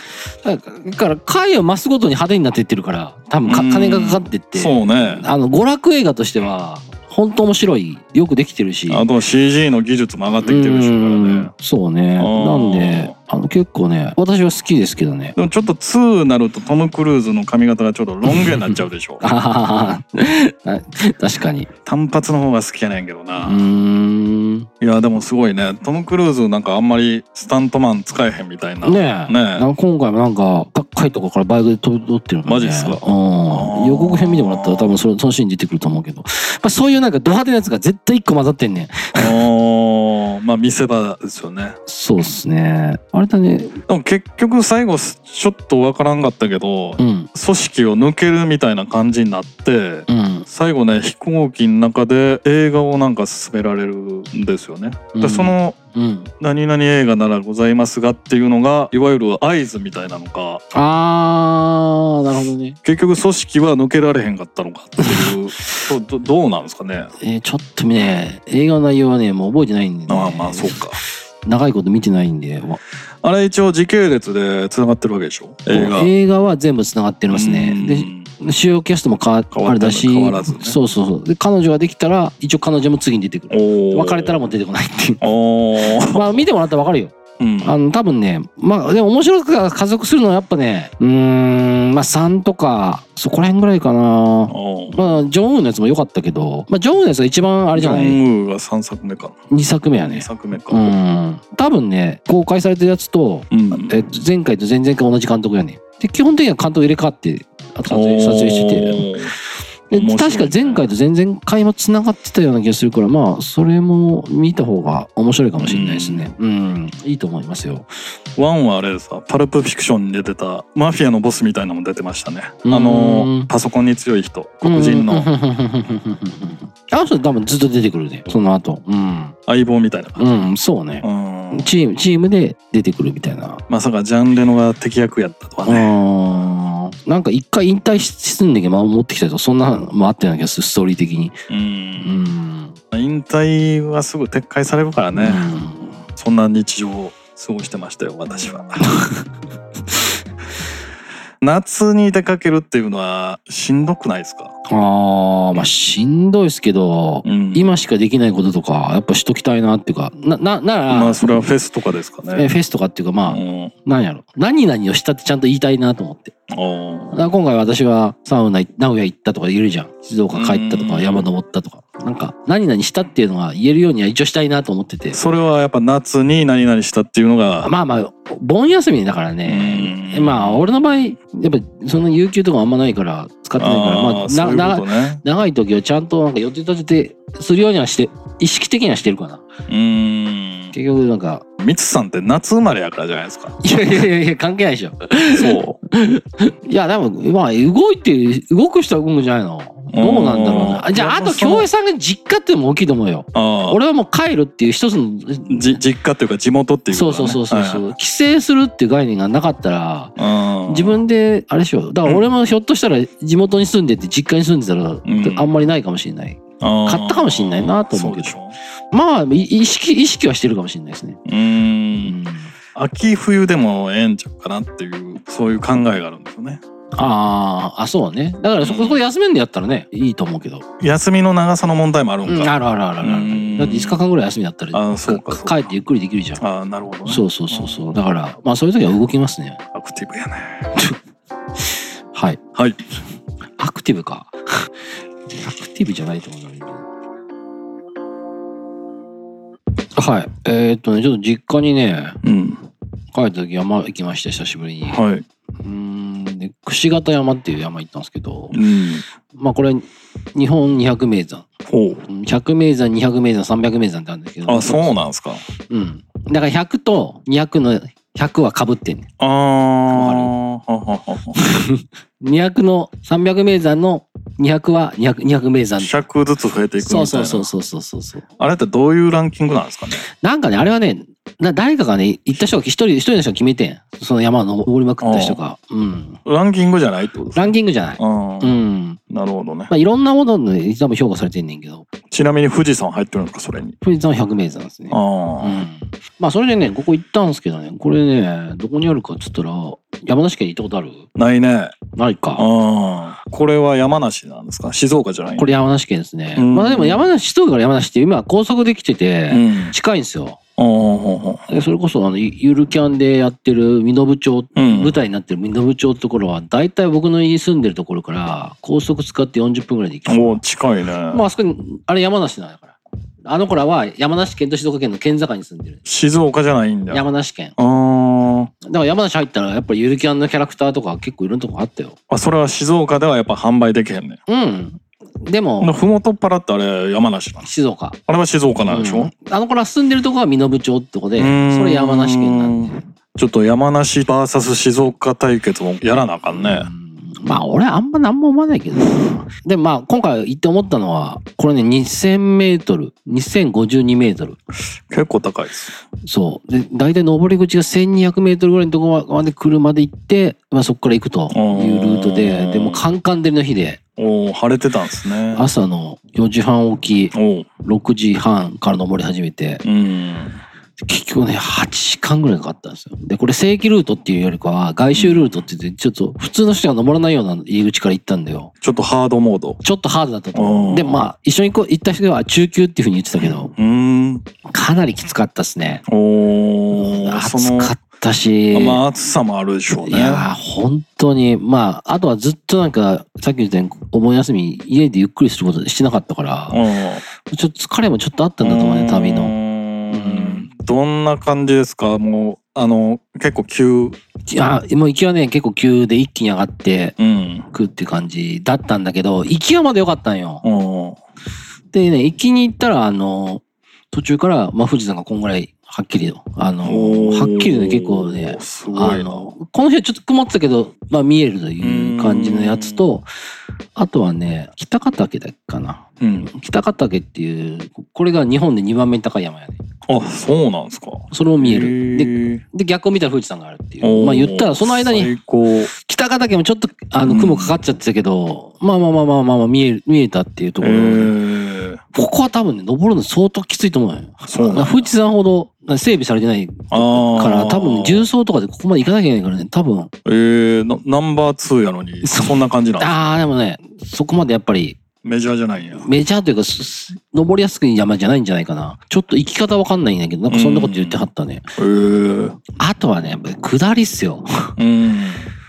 [SPEAKER 1] だからだから回を増すごとに派手になっていってるから多分か
[SPEAKER 2] うん
[SPEAKER 1] 金がかかってって
[SPEAKER 2] そうね
[SPEAKER 1] あの娯楽映画としては本当面白いよくできてるし
[SPEAKER 2] あと CG の技術も上がってきてるでしょうから
[SPEAKER 1] う
[SPEAKER 2] ね
[SPEAKER 1] んそうね
[SPEAKER 2] あー
[SPEAKER 1] なんであの結構ね私は好きですけどね
[SPEAKER 2] でもちょっと2になるとトム・クルーズの髪型がちょっとロン毛になっちゃうでしょ
[SPEAKER 1] あはは は確かに
[SPEAKER 2] 単発の方が好きやねんけど
[SPEAKER 1] う
[SPEAKER 2] な、
[SPEAKER 1] ーんね
[SPEAKER 2] いやでもすごいねトム・クルーズなんかあんまりスタントマン使えへんみたいな
[SPEAKER 1] えなんか今回もなんか高いとこからバイクで飛び乗ってるのね
[SPEAKER 2] マジっすか
[SPEAKER 1] うん
[SPEAKER 2] ー
[SPEAKER 1] 予告編見てもらったら多分そのそのシーン出てくると思うけど、まあ、そういうなんかド派手なやつが絶対一個混ざってんねん
[SPEAKER 2] おーまあ見せ場ですよね
[SPEAKER 1] そうっすねあれだね
[SPEAKER 2] でも結局最後すちょっとわからんかったけど、
[SPEAKER 1] うん
[SPEAKER 2] 組織を抜けるみたいな感じになって
[SPEAKER 1] うん
[SPEAKER 2] 最後ね飛行機の中で映画をなんか進められるんですよね。
[SPEAKER 1] う
[SPEAKER 2] で
[SPEAKER 1] ん
[SPEAKER 2] その
[SPEAKER 1] うん
[SPEAKER 2] 「何々映画ならございますが」っていうのがいわゆる合図みたいなのか
[SPEAKER 1] あーなるほどね
[SPEAKER 2] 結局組織は抜けられへんかったのかっ ていうどどどうなんですかね。
[SPEAKER 1] えーちょっとね映画の内容はねもう覚えてないんで、ね、
[SPEAKER 2] ああまあそうか。
[SPEAKER 1] 長いこと見てないんでわ
[SPEAKER 2] あれ一応時系列でつながってるわけでしょ映画。
[SPEAKER 1] は全部つながってます
[SPEAKER 2] う
[SPEAKER 1] ね
[SPEAKER 2] ん
[SPEAKER 1] で主要キャストも変わ
[SPEAKER 2] 変わったの
[SPEAKER 1] あれだし
[SPEAKER 2] 変わらずね
[SPEAKER 1] そうそうそうで彼女ができたら一応彼女も次に出てくる
[SPEAKER 2] おー
[SPEAKER 1] 別れたらもう出てこないっていう
[SPEAKER 2] お ー
[SPEAKER 1] まあ見てもらったら分かるよ
[SPEAKER 2] うん
[SPEAKER 1] あの多分ねまあでも面白く加速するのはやっぱねうーんまあ3とかそこら辺ぐらいかな
[SPEAKER 2] おー
[SPEAKER 1] まあジョンウーのやつも良かったけどまあジョンウーのやつが一番あれじゃな
[SPEAKER 2] ジョ
[SPEAKER 1] い
[SPEAKER 2] ンウーが3作目かな。
[SPEAKER 1] 2作目やね
[SPEAKER 2] 2作目か。
[SPEAKER 1] うん多分ね公開されてるやつと
[SPEAKER 2] うん
[SPEAKER 1] えっと前回と前々回同じ監督やねで基本的には監督入れ替わってあと撮影撮影してて
[SPEAKER 2] おー
[SPEAKER 1] で
[SPEAKER 2] 面白い
[SPEAKER 1] 確か前回と前々回もつながってたような気がするからまあそれも見た方が面白いかもしれないですねうん、いいと思いますよ
[SPEAKER 2] ワンはあれでさパルプフィクションに出てたマフィアのボスみたいなのも出てましたねあ
[SPEAKER 1] うん
[SPEAKER 2] のパソコンに強い人黒人
[SPEAKER 1] うん
[SPEAKER 2] の
[SPEAKER 1] あの人多分ずっと出てくるねその後うん
[SPEAKER 2] 相棒みたいな感
[SPEAKER 1] うんそうね
[SPEAKER 2] じ、
[SPEAKER 1] チー
[SPEAKER 2] うん
[SPEAKER 1] ムチームで出てくるみたいな
[SPEAKER 2] まさかジャンレノが敵役やったとはね
[SPEAKER 1] あーなんか一回引退してんだけど、まあ、持ってきたりとかそんなのもあったような気がするストーリー的に
[SPEAKER 2] う
[SPEAKER 1] うんん
[SPEAKER 2] 引退はすぐ撤回されるからね、そんな日常を過ごしてましたよ 私は夏に出かけるっていうのはしんどくないですか、
[SPEAKER 1] ああまあしんどいですけど、
[SPEAKER 2] うん、
[SPEAKER 1] 今しかできないこととかやっぱしときたいなっていうかなななら、
[SPEAKER 2] まあそれはフェスとかですか
[SPEAKER 1] え
[SPEAKER 2] ね
[SPEAKER 1] フェスとかっていうか
[SPEAKER 2] う
[SPEAKER 1] まあ、
[SPEAKER 2] ん
[SPEAKER 1] 何やろ何々をしたってちゃんと言いたいなと思ってだ
[SPEAKER 2] お
[SPEAKER 1] から今回私はサウナ名古屋行ったとか言えるじゃん静岡帰ったと
[SPEAKER 2] う
[SPEAKER 1] か
[SPEAKER 2] ん
[SPEAKER 1] 山登ったとかなんか何々したっていうのは言えるようには一応したいなと思ってて
[SPEAKER 2] それはやっぱ夏に何々したっていうのが
[SPEAKER 1] まあまあ盆休みだからね
[SPEAKER 2] うん
[SPEAKER 1] まあ俺の場合やっぱその有給とかあんまないから使ってないから
[SPEAKER 2] あーそ
[SPEAKER 1] まあ
[SPEAKER 2] ういう
[SPEAKER 1] な
[SPEAKER 2] こと
[SPEAKER 1] な
[SPEAKER 2] ね
[SPEAKER 1] 長い時はちゃんとなんか予定立ててするようにはして意識的にはしてるかな
[SPEAKER 2] うん
[SPEAKER 1] 結局なんか
[SPEAKER 2] ミツさんって夏生まれやからじゃないですか
[SPEAKER 1] いやいやいやいや関係ないでしょ
[SPEAKER 2] そう
[SPEAKER 1] いや、でも、まあ、動いてる、動く人は動くんじゃないのどうなんだろう
[SPEAKER 2] うん
[SPEAKER 1] な。あじゃあ、あ
[SPEAKER 2] でも
[SPEAKER 1] と、
[SPEAKER 2] その
[SPEAKER 1] 京平さんが実家っていうのも大きいと思うよ。
[SPEAKER 2] あ
[SPEAKER 1] 俺はもう帰るっていう一つの、
[SPEAKER 2] あじ実家というか地元っていうこ
[SPEAKER 1] そ
[SPEAKER 2] と
[SPEAKER 1] う
[SPEAKER 2] だ
[SPEAKER 1] そう
[SPEAKER 2] ね
[SPEAKER 1] そうそうそう、
[SPEAKER 2] はい
[SPEAKER 1] 帰省するっていう概念がなかったら、
[SPEAKER 2] うん
[SPEAKER 1] 自分で、あれでしょ。だから俺もひょっとしたら地元に住んでて実家に住んでたら、
[SPEAKER 2] ん
[SPEAKER 1] あんまりないかもしれない。買
[SPEAKER 2] 買
[SPEAKER 1] ったかもしんないなと思うけど
[SPEAKER 2] そうでし
[SPEAKER 1] まあ、い意識、意識はしてるかもしれないですね。
[SPEAKER 2] ょ
[SPEAKER 1] う
[SPEAKER 2] う。
[SPEAKER 1] ん
[SPEAKER 2] 秋冬でもええんちゃうかなっていうそういう考えがあるんですよね
[SPEAKER 1] ああ、あ、そうね。だからそこそこ休めんでやったらね、いいと思うけど。
[SPEAKER 2] 休みの長さの問題もあるん
[SPEAKER 1] うん、
[SPEAKER 2] か、
[SPEAKER 1] あるあるあるある。
[SPEAKER 2] うん
[SPEAKER 1] だって5日間ぐらい休みだったら、
[SPEAKER 2] あそうかそうか
[SPEAKER 1] 帰ってゆっくりできるじゃん。
[SPEAKER 2] ああなるほどね
[SPEAKER 1] そうそうそうそう。だから、まあそういう時は動きますね。
[SPEAKER 2] アクティブやね
[SPEAKER 1] はい。
[SPEAKER 2] はい
[SPEAKER 1] アクティブか。 アクティブじゃないと思うんだけど。はい。えーっとね、ちょっと実家にね、
[SPEAKER 2] うん
[SPEAKER 1] 帰った時山行きました、久しぶりに。う
[SPEAKER 2] はい
[SPEAKER 1] ーん、で、櫛形山っていう山行ったんですけど、
[SPEAKER 2] うん
[SPEAKER 1] まあこれ、日本200名山。
[SPEAKER 2] ほ
[SPEAKER 1] 100名山、200名山、300名山ってあるんですけ
[SPEAKER 2] う
[SPEAKER 1] ど。
[SPEAKER 2] あそうなんですか
[SPEAKER 1] うん。だから100と200の、100は被ってんね。
[SPEAKER 2] あー
[SPEAKER 1] る
[SPEAKER 2] はははは
[SPEAKER 1] 200の300名山の200は200、200名山。
[SPEAKER 2] 100ずつ増えていくみたい
[SPEAKER 1] そう
[SPEAKER 2] な
[SPEAKER 1] そうそうそうそうそうそう。
[SPEAKER 2] あれってどういうランキングなんですかね
[SPEAKER 1] なんかね、あれはね、な誰かがね、行った人が、一人、一人の人が決めてん。その山を登りまくった人が。うん。
[SPEAKER 2] ランキングじゃないってことですか
[SPEAKER 1] ランキングじゃない。
[SPEAKER 2] あ
[SPEAKER 1] う
[SPEAKER 2] ー
[SPEAKER 1] ん。
[SPEAKER 2] なるほどね
[SPEAKER 1] まあ、いろんなもので多分評価されてんねんけど、
[SPEAKER 2] ちなみに富士山入ってるんですかそれに
[SPEAKER 1] 富士山は100名山ですね。う
[SPEAKER 2] あ
[SPEAKER 1] ん。まあ、それでね、ここ行ったんですけどね、これね、どこにあるかっつったら、山梨県に行ったことある
[SPEAKER 2] あないね
[SPEAKER 1] ないか。
[SPEAKER 2] ああ、これは山梨なんですか静岡じゃない
[SPEAKER 1] これ山梨県ですね。
[SPEAKER 2] うん
[SPEAKER 1] まあ、でも山梨、首都から山梨って今高速できて
[SPEAKER 2] う
[SPEAKER 1] て、
[SPEAKER 2] ん。
[SPEAKER 1] 近いんですよ。
[SPEAKER 2] おーほうほう
[SPEAKER 1] でそれこそあのゆゆるキャンでやってる身延町、
[SPEAKER 2] うん
[SPEAKER 1] 舞台になってる身延町ってところは大体僕の家住んでるところから高速使って40分ぐらいで行きます
[SPEAKER 2] おー近いね。
[SPEAKER 1] まああそこにあれ山梨なんだからあの子らは山梨県と静岡県の県境に住んでる
[SPEAKER 2] 静岡じゃないんだ。あ
[SPEAKER 1] 山梨県
[SPEAKER 2] あ。
[SPEAKER 1] だから山梨入ったらやっぱりゆるキャンのキャラクターとか結構いろんなとこあったよ
[SPEAKER 2] あ、それは静岡ではやっぱ販売できへんね。
[SPEAKER 1] うんで
[SPEAKER 2] ほんで
[SPEAKER 1] も
[SPEAKER 2] ふもとっぱらってあれ山梨なんです。
[SPEAKER 1] 静岡
[SPEAKER 2] あれは静岡なんでし
[SPEAKER 1] う
[SPEAKER 2] ょ
[SPEAKER 1] ん、あの子ら住んでるとこは身延町ってとこで
[SPEAKER 2] うーん
[SPEAKER 1] それ山梨県なんで
[SPEAKER 2] ちょっと山梨 VS 静岡対決もやらなあかんね。
[SPEAKER 1] うんまあ俺あんま何も思わないけどな。でもまあ今回行って思ったのは、これね2000メートル、2052メートル。
[SPEAKER 2] 結構高いです。
[SPEAKER 1] そう。で、大体登り口が1200メートルぐらいのところまで車で行って、まあそこから行くというルート
[SPEAKER 2] う
[SPEAKER 1] で、
[SPEAKER 2] ん
[SPEAKER 1] でもうカンカン照りの日で、
[SPEAKER 2] おお、晴れてたんですね。
[SPEAKER 1] 朝の4時半起き、
[SPEAKER 2] おお。
[SPEAKER 1] 6時半から登り始めて、
[SPEAKER 2] うん。
[SPEAKER 1] 結局ね、8時間ぐらいかかったんですよ。で、これ正規ルートっていうよりかは、外周ルートって言って、ちょっと普通の人が登らないような入り口から行ったんだよ。
[SPEAKER 2] ちょっとハードモード。
[SPEAKER 1] ちょっとハードだったと思
[SPEAKER 2] うん
[SPEAKER 1] う。でもまあ、一緒に行こう行った人は中級っていうふうに言ってたけど、
[SPEAKER 2] うーん。
[SPEAKER 1] かなりきつかったですね。
[SPEAKER 2] おお。そ
[SPEAKER 1] 暑
[SPEAKER 2] の、
[SPEAKER 1] かったし、
[SPEAKER 2] まあ暑さもあるでしょう
[SPEAKER 1] い
[SPEAKER 2] ね。
[SPEAKER 1] やー、本当に、まあ、あとはずっとなんか、さっき言ったように、お盆休み、家でゆっくりすることしてなかったから、
[SPEAKER 2] うん。
[SPEAKER 1] ちょっと疲れもちょっとあったんだと思うね、旅の。
[SPEAKER 2] の。どんな感じですかもうあの結構急
[SPEAKER 1] いやもう行きはね結構急で一気に上がって
[SPEAKER 2] うん
[SPEAKER 1] くっていう感じだったんだけど行きはまだ良かったんよ。
[SPEAKER 2] うん
[SPEAKER 1] でね行きに行ったらあの途中から、まあ、富士山がこんぐらいはっきりよあのはっきりね結構ね
[SPEAKER 2] すご
[SPEAKER 1] あ
[SPEAKER 2] いな
[SPEAKER 1] のこの辺ちょっと曇ってたけど、まあ、見えるという感じのやつとあとはね北ヶ岳だっけかな
[SPEAKER 2] うん
[SPEAKER 1] 北ヶ岳っていうこれが日本で2番目に高い山やね
[SPEAKER 2] あそうなんですか
[SPEAKER 1] それも見えるで
[SPEAKER 2] る
[SPEAKER 1] で逆を見たら富士山があるっていうまあ言ったらその間に
[SPEAKER 2] 最高
[SPEAKER 1] 北ヶ岳もちょっとあ
[SPEAKER 2] う
[SPEAKER 1] の
[SPEAKER 2] ん
[SPEAKER 1] 雲かかっちゃってたけど、まあまあまあまあまあまあ見える見えたっていうところで、
[SPEAKER 2] えー
[SPEAKER 1] ここは多分ね登るの相当きついと思うよ
[SPEAKER 2] そうなんだ
[SPEAKER 1] 富士山ほど整備されてないか
[SPEAKER 2] あー
[SPEAKER 1] ら多分重曹とかでここまで行かなきゃいけないからね多分
[SPEAKER 2] えー、なナンバー2やのにそんな感じなんです
[SPEAKER 1] ああでもねそこまでやっぱり
[SPEAKER 2] メジャーじゃないんや
[SPEAKER 1] メジャーというかすす登りやすくい山じゃないんじゃないかなちょっと行き方わかんないんだけどなんかそんなこと言ってはったね
[SPEAKER 2] えー、
[SPEAKER 1] あとはねやっぱり下りっすよ
[SPEAKER 2] うん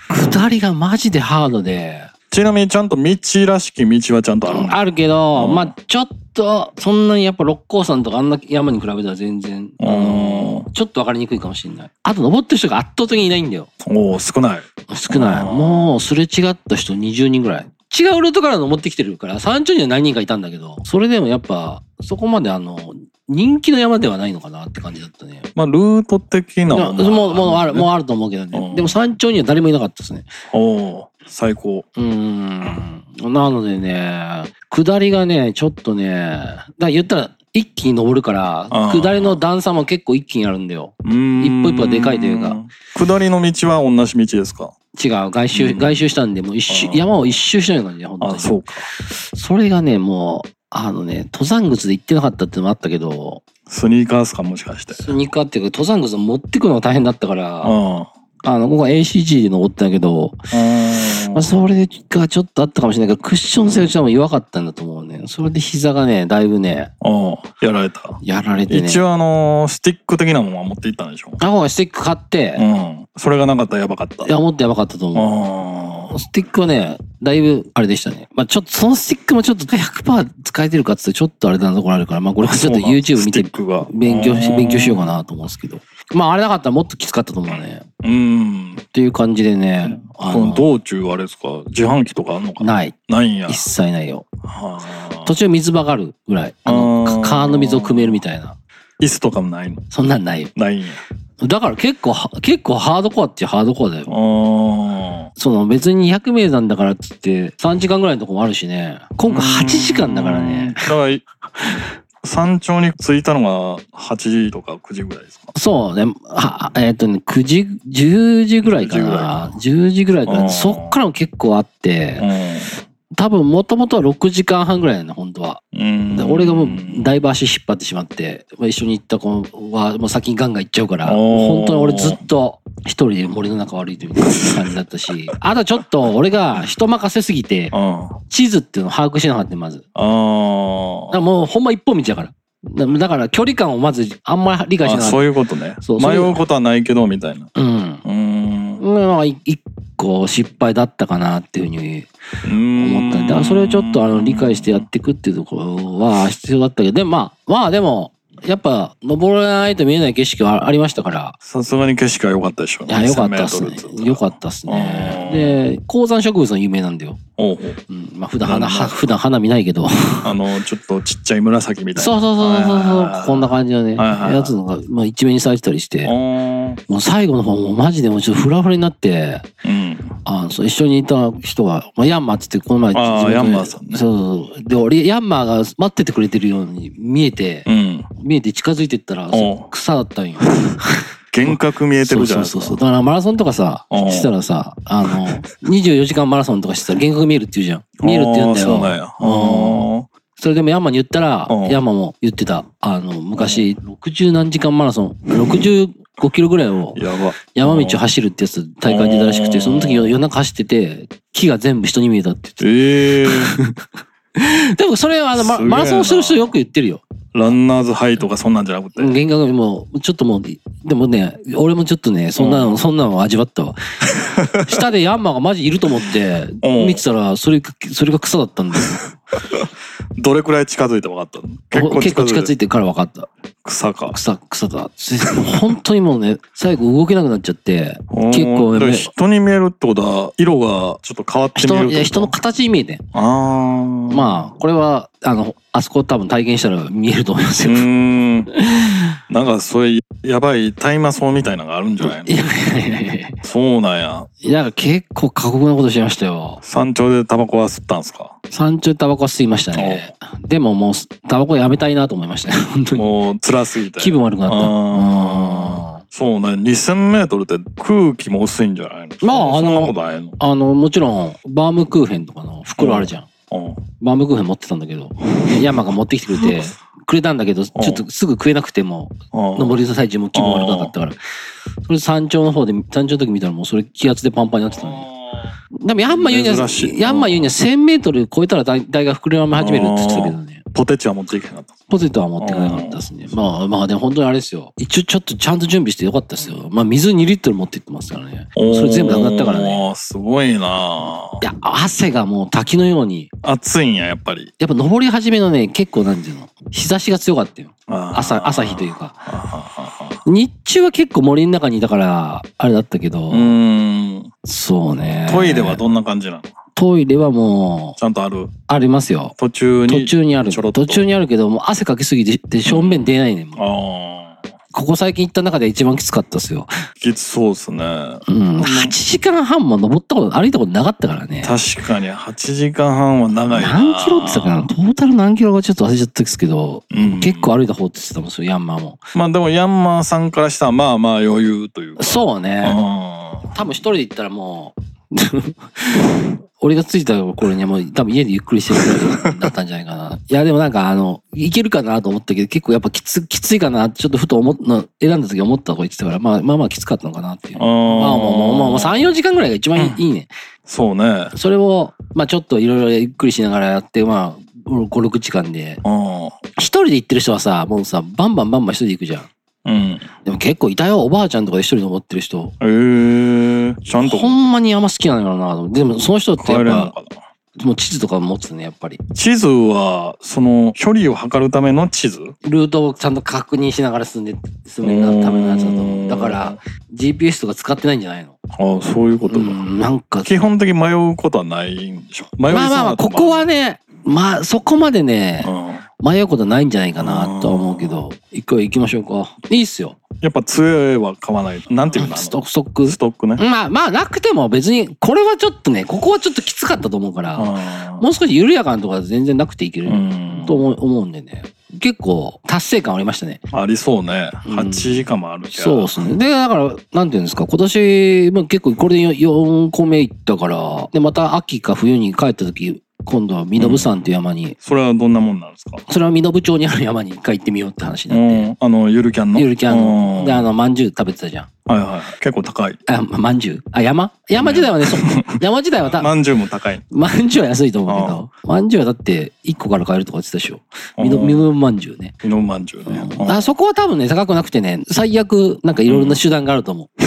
[SPEAKER 1] 下りがマジでハードで
[SPEAKER 2] ちなみにちゃんと道らしき道はちゃんとあるんだ
[SPEAKER 1] あるけど、
[SPEAKER 2] うん
[SPEAKER 1] まあちょっとそんなにやっぱ六甲山とかあんな山に比べたら全然、あのちょっと分かりにくいかもしれないあと登ってる人が圧倒的にいないんだよ
[SPEAKER 2] おお少ない
[SPEAKER 1] 少ない
[SPEAKER 2] あー
[SPEAKER 1] もうすれ違った人20人ぐらい違うルートから登ってきてるから山頂には何人かいたんだけどそれでもやっぱそこまであの人気の山ではないのかなって感じだったね
[SPEAKER 2] まあルート的なも
[SPEAKER 1] も
[SPEAKER 2] んな
[SPEAKER 1] うもうあるも
[SPEAKER 2] う
[SPEAKER 1] うあると思うけどね
[SPEAKER 2] うん
[SPEAKER 1] でも山頂には誰もいなかったですね
[SPEAKER 2] おお最高
[SPEAKER 1] うーんなのでね、下りがね、ちょっとね、だから言ったら一気に登るから
[SPEAKER 2] あ、ー
[SPEAKER 1] 下りの段差も結構一気にあるんだよ。
[SPEAKER 2] うーん
[SPEAKER 1] 一歩一歩はでかいというか
[SPEAKER 2] 下りの道は同じ道ですか
[SPEAKER 1] 違う、外周、
[SPEAKER 2] うん
[SPEAKER 1] 外周したんで、もう一周
[SPEAKER 2] あ、ー
[SPEAKER 1] 山を一周したような感じで、本当
[SPEAKER 2] あ
[SPEAKER 1] に。
[SPEAKER 2] そうか
[SPEAKER 1] それがね、もう、あのね、登山靴で行ってなかったってのもあったけど、
[SPEAKER 2] スニーカーっすかもしかして
[SPEAKER 1] スニーカーっていうか、登山靴を持ってくのが大変だったから、
[SPEAKER 2] あ
[SPEAKER 1] あの、ここは ACG で登ったんだけど、まあ、それがちょっとあったかもしれないけど、クッション性がちょっと弱かったんだと思うね。それで膝がね、だいぶね、
[SPEAKER 2] あやられた
[SPEAKER 1] やられてね。
[SPEAKER 2] 一応あのースティック的なもんは持っていったんでしょ
[SPEAKER 1] アホがスティック買って、
[SPEAKER 2] うんそれがなかったらやばかった
[SPEAKER 1] いや、もっとやばかったと思
[SPEAKER 2] あ
[SPEAKER 1] う。スティックはね、だいぶあれでしたね。まあちょっと、そのスティックもちょっと100%使えてるかっつってちょっとあれなところあるから、まあこれはちょっと YouTube 見て勉強し、勉強しようか
[SPEAKER 2] な
[SPEAKER 1] なと思うんですけど。まああれなかったらもっときつかったと思うね。
[SPEAKER 2] うん
[SPEAKER 1] っていう感じでね、あ
[SPEAKER 2] この
[SPEAKER 1] の、
[SPEAKER 2] 道中はあれですか自販機とかあんのかな
[SPEAKER 1] ない。
[SPEAKER 2] ないんや
[SPEAKER 1] 一切ないよ。
[SPEAKER 2] はあ
[SPEAKER 1] 途中水場があるぐらい。あの、
[SPEAKER 2] あー
[SPEAKER 1] か川の水を汲めるみたいな。
[SPEAKER 2] 椅子とかもないの
[SPEAKER 1] そんなんないよ。
[SPEAKER 2] ないんや
[SPEAKER 1] だから結構は、結構ハードコアっていうハードコアだよ。
[SPEAKER 2] あ
[SPEAKER 1] その別に200名なんだからっつって3時間ぐらいのとこもあるしね今回8時間だからね
[SPEAKER 2] だからい山頂に着いたのが8時とか9時ぐらいですか
[SPEAKER 1] そうねはえっ、とね9時10時ぐらいかな10時ぐらいか
[SPEAKER 2] う
[SPEAKER 1] なんそっからも結構あって
[SPEAKER 2] う
[SPEAKER 1] 多分もともとは6時間半ぐらいなの本当は
[SPEAKER 2] ん
[SPEAKER 1] で俺がもうだいぶ足引っ張ってしまってまあ一緒に行った子はもう先にガンガン行っちゃうから
[SPEAKER 2] おー
[SPEAKER 1] 本当に俺ずっと一人で森の中を歩いてるみたいな感じだったしあとちょっと俺が人任せすぎて
[SPEAKER 2] うんあ
[SPEAKER 1] 地図っていうのを把握しなかったまず
[SPEAKER 2] あー
[SPEAKER 1] だからもうほんま一本道だから。だだから距離感をまずあんまり理解しな
[SPEAKER 2] あ
[SPEAKER 1] かっ
[SPEAKER 2] そ
[SPEAKER 1] た。
[SPEAKER 2] ういうことね
[SPEAKER 1] そう
[SPEAKER 2] 迷うことはないけどみたいな
[SPEAKER 1] うん。
[SPEAKER 2] うーんう
[SPEAKER 1] まあ、い一個失敗だったかなっていうふうに
[SPEAKER 2] ーん
[SPEAKER 1] 思ったんでだからそれをちょっとあの理解してやっていくっていうところは必要だったけど、でもまあ、まあでも、やっぱ登らないと見えない景色はありましたから、
[SPEAKER 2] さすがに景色は良かったでしょ
[SPEAKER 1] いや、良かったっす
[SPEAKER 2] 2000m
[SPEAKER 1] ね
[SPEAKER 2] ずつ。
[SPEAKER 1] 良かったっすね。で、高山植物の有名なんだよ。
[SPEAKER 2] おうおう
[SPEAKER 1] うん。まあ普段花、
[SPEAKER 2] なるほど
[SPEAKER 1] は 普段花見ない けど。
[SPEAKER 2] あのちょっとちっちゃい紫みたいな
[SPEAKER 1] そうそうそうそうそう。こんな感じのね、
[SPEAKER 2] はいはいはい
[SPEAKER 1] やつのが、まあ一面に咲いてたりして。
[SPEAKER 2] あ
[SPEAKER 1] もう最後の方もうマジでもうちょっとフラフラになって、
[SPEAKER 2] ーうん
[SPEAKER 1] あのそう一緒にいた人が、まあ、ヤンマーっつってこの前自
[SPEAKER 2] あー
[SPEAKER 1] 分で
[SPEAKER 2] ヤンマーさんね
[SPEAKER 1] そうそうそう。で、俺、ヤンマーが待っててくれてるように見えて、
[SPEAKER 2] うん
[SPEAKER 1] 見えて近づいてったら、
[SPEAKER 2] おう
[SPEAKER 1] そう草だったんよ。
[SPEAKER 2] 幻覚見えて
[SPEAKER 1] そ
[SPEAKER 2] る
[SPEAKER 1] う
[SPEAKER 2] じ
[SPEAKER 1] そ
[SPEAKER 2] ゃないうです
[SPEAKER 1] そ
[SPEAKER 2] か
[SPEAKER 1] うそう。だからマラソンとかさ、
[SPEAKER 2] おう
[SPEAKER 1] したらさ、あ の、24時間マラソンとかしてたら幻覚見えるって言うじゃん。見えるって言うんだ
[SPEAKER 2] あーそう
[SPEAKER 1] よ。
[SPEAKER 2] なんや。
[SPEAKER 1] うん
[SPEAKER 2] あー
[SPEAKER 1] それでもヤンマーに言ったら
[SPEAKER 2] お、う
[SPEAKER 1] ヤンマーも言ってた。あの、昔、60何時間マラソン、65キロぐらいを
[SPEAKER 2] やば。
[SPEAKER 1] 山道を走るってやつ大会出たらしく
[SPEAKER 2] う
[SPEAKER 1] て、
[SPEAKER 2] ん
[SPEAKER 1] その時夜夜中走ってて、木が全部人に見えたって言って
[SPEAKER 2] ええー、
[SPEAKER 1] た。でもそれはあのマ
[SPEAKER 2] すげえ
[SPEAKER 1] マ
[SPEAKER 2] な
[SPEAKER 1] ラソンしてる人よく言ってるよ。
[SPEAKER 2] ランナーズハイとかそんなんじゃなくて。
[SPEAKER 1] 幻覚にもう、ちょっともう、でもね、俺もちょっとね、そんな
[SPEAKER 2] う
[SPEAKER 1] の、そんなのを味わっ たわ。下でヤンマーがマジいると思って
[SPEAKER 2] うん、
[SPEAKER 1] 見てたら、それが、それが草だったんだよ。
[SPEAKER 2] どれくらい近づいて分かったの結構
[SPEAKER 1] 結
[SPEAKER 2] 近
[SPEAKER 1] 構近
[SPEAKER 2] づい
[SPEAKER 1] づ
[SPEAKER 2] て
[SPEAKER 1] いてから分かった。
[SPEAKER 2] 草か
[SPEAKER 1] 草、草だ。本当にもうね、最後動けなくなっちゃって、結構
[SPEAKER 2] うんだ
[SPEAKER 1] ね
[SPEAKER 2] から人に見えるってことは色がちょっと変わって
[SPEAKER 1] 人
[SPEAKER 2] 見える
[SPEAKER 1] の、いや人の形に見えて。
[SPEAKER 2] ああ
[SPEAKER 1] まあ、これは、あの、あそこ多分体験したら見えると思いま
[SPEAKER 2] う
[SPEAKER 1] すよ。
[SPEAKER 2] ーんなんかそういうやばい大麻草みたいなのがあるんじゃない
[SPEAKER 1] いや
[SPEAKER 2] の
[SPEAKER 1] いやいやいやい
[SPEAKER 2] そうなんや
[SPEAKER 1] や。なんか結構過酷なことしましたよ。
[SPEAKER 2] 山頂でタバコは吸ったんすか
[SPEAKER 1] 山中タバコは吸いましたね。でももう、タバコやめたいなと思いましたね。 本当に。
[SPEAKER 2] もう辛すぎて
[SPEAKER 1] 気分悪くなった。
[SPEAKER 2] あ
[SPEAKER 1] うん
[SPEAKER 2] そうね 2000m って空気も薄いんじゃないの
[SPEAKER 1] まあ
[SPEAKER 2] そん
[SPEAKER 1] あ
[SPEAKER 2] な
[SPEAKER 1] の
[SPEAKER 2] ことないの
[SPEAKER 1] あの、もちろん、バームクーヘンとかの袋あるじゃん。
[SPEAKER 2] うん
[SPEAKER 1] バームクーヘン持ってたんだけど、山が持ってきてくれて、くれたんだけど、ちょっとすぐ食えなくても、
[SPEAKER 2] うん
[SPEAKER 1] 登りの最中も気分悪くなったから。それ山頂の方で、山頂の時見たらもうそれ気圧でパンパンになってたね。でもヤンマ言うに
[SPEAKER 2] 珍し
[SPEAKER 1] は、
[SPEAKER 2] い
[SPEAKER 1] ヤンマ言うには1000メートル超えたら大体が膨らみ始めるって言ってたけどね。
[SPEAKER 2] ポテチは持っていけなかった
[SPEAKER 1] ポテトは持ってかなかったですね。まあまあでも本当にあれですよ。一応ちょっとちゃんと準備してよかったですよ。まあ水2リットル持って行ってますからね。それ全部なくなったからね。
[SPEAKER 2] おーすごいない
[SPEAKER 1] や、汗がもう滝のように。
[SPEAKER 2] 暑いんややっぱり
[SPEAKER 1] やっぱ登り始めのね、結構なんていうの。日差しが強かったよ。朝、朝日という
[SPEAKER 2] か
[SPEAKER 1] か。日中は結構森の中にいたから、あれだったけど。
[SPEAKER 2] うーん
[SPEAKER 1] そうね。
[SPEAKER 2] トイレはどんな感じなのち
[SPEAKER 1] トイレはもう、
[SPEAKER 2] ゃんとある
[SPEAKER 1] ありますよ。
[SPEAKER 2] 途中に
[SPEAKER 1] 途中にある。
[SPEAKER 2] ちょろっと
[SPEAKER 1] 途中にあるけど、もう汗かきすぎて、で正面出ないね、もう
[SPEAKER 2] ああ
[SPEAKER 1] ここ最近行った中で一番きつかったですよ。
[SPEAKER 2] きつそうです
[SPEAKER 1] う
[SPEAKER 2] ね
[SPEAKER 1] ん。8時間半も登ったこと、歩いたことなかったからね。
[SPEAKER 2] 確かに8時間半は長いな
[SPEAKER 1] 何キロって言ってたかなトータル何キロかちょっと忘れちゃったんですけど、
[SPEAKER 2] うん
[SPEAKER 1] 結構歩いた方って言ってたもんですよ、ヤンマーも。
[SPEAKER 2] まあでもヤンマーさんからしたらまあまあ余裕というか
[SPEAKER 1] そうね。
[SPEAKER 2] あ
[SPEAKER 1] 多分一人で行ったらもう、 俺が着いた頃にはもう多分家でゆっくりしてるぐらいだったんじゃないかな。いやでもなんかあの、行けるかなと思ったけど、結構やっぱきつ、きついかなってちょっとふと思った、選んだ時思った方が言ってたから、まあまあまあきつかったのかなっていう。
[SPEAKER 2] あ
[SPEAKER 1] まあまあまあまあまあ3、4時間ぐらいが一番いいいいね。
[SPEAKER 2] そうね
[SPEAKER 1] それを、まあちょっといろいろゆっくりしながらやって、まあ、5、6時間で。
[SPEAKER 2] うん
[SPEAKER 1] 一人で行ってる人はさ、もうさ、バンバンバンバン一人で行くじゃん。
[SPEAKER 2] うん
[SPEAKER 1] でも結構いたよ、おばあちゃんとかで一人で登ってる人。
[SPEAKER 2] ええちゃんと
[SPEAKER 1] ほんまに山好きなんだろうなと思って。でもその人って
[SPEAKER 2] 帰
[SPEAKER 1] や
[SPEAKER 2] れ
[SPEAKER 1] っ
[SPEAKER 2] るの
[SPEAKER 1] ぱ、
[SPEAKER 2] かな
[SPEAKER 1] もう地図とか持ってたね、やっぱり。
[SPEAKER 2] 地図はその距離を測るための地図
[SPEAKER 1] ルートをちゃんと確認しながら進んで、進めるためのやつだと思う。だから、GPS とか使ってないんじゃないの
[SPEAKER 2] ああそういうこと
[SPEAKER 1] う
[SPEAKER 2] か、
[SPEAKER 1] ん、なんか、
[SPEAKER 2] 基本的に迷うことはないんでしょ迷いそう
[SPEAKER 1] まあまあまあ、ここはね、まあそこまでね、
[SPEAKER 2] うん
[SPEAKER 1] 迷うことないんじゃないかなとは思うけど、一個行きましょうか。いいっすよ。
[SPEAKER 2] やっぱ杖は買わないなんていうのあの
[SPEAKER 1] ストック、ストック
[SPEAKER 2] ストックね、
[SPEAKER 1] まあまあなくても別に、これはちょっとね、ここはちょっときつかったと思うから、
[SPEAKER 2] あ
[SPEAKER 1] もう少し緩やかなとこは全然なくていける
[SPEAKER 2] うん
[SPEAKER 1] と思う思うんでね。結構達成感ありましたね。
[SPEAKER 2] ありそうね
[SPEAKER 1] うん
[SPEAKER 2] 8時間もあるじゃん
[SPEAKER 1] そうですね。で、だから、なんていうんですか、今年、まあ、結構これで4個目行ったから、で、また秋か冬に帰った時、今度は身延山っていう山に、
[SPEAKER 2] それはどんなもんなんですか
[SPEAKER 1] それは身延町にある山に一回行ってみようって話に
[SPEAKER 2] う
[SPEAKER 1] なって、
[SPEAKER 2] んあのゆるキャンの
[SPEAKER 1] ゆるキャン
[SPEAKER 2] う
[SPEAKER 1] の、
[SPEAKER 2] ん
[SPEAKER 1] で、あの、まんじゅう食べてたじゃん。
[SPEAKER 2] はいはい結構高い
[SPEAKER 1] あ、まんじゅうあ、山山自体はね、 そう山自体はた
[SPEAKER 2] まんじゅうも高い
[SPEAKER 1] まんじゅうは安いと思うけど、まんじゅうはだって1個から買えるとか言ってたでしょ。みの、
[SPEAKER 2] うん
[SPEAKER 1] みのまんじゅうね。
[SPEAKER 2] みのまんじゅうねうん
[SPEAKER 1] あそこは多分ね、高くなくてね、最悪、なんかいろいろな手段があると思う。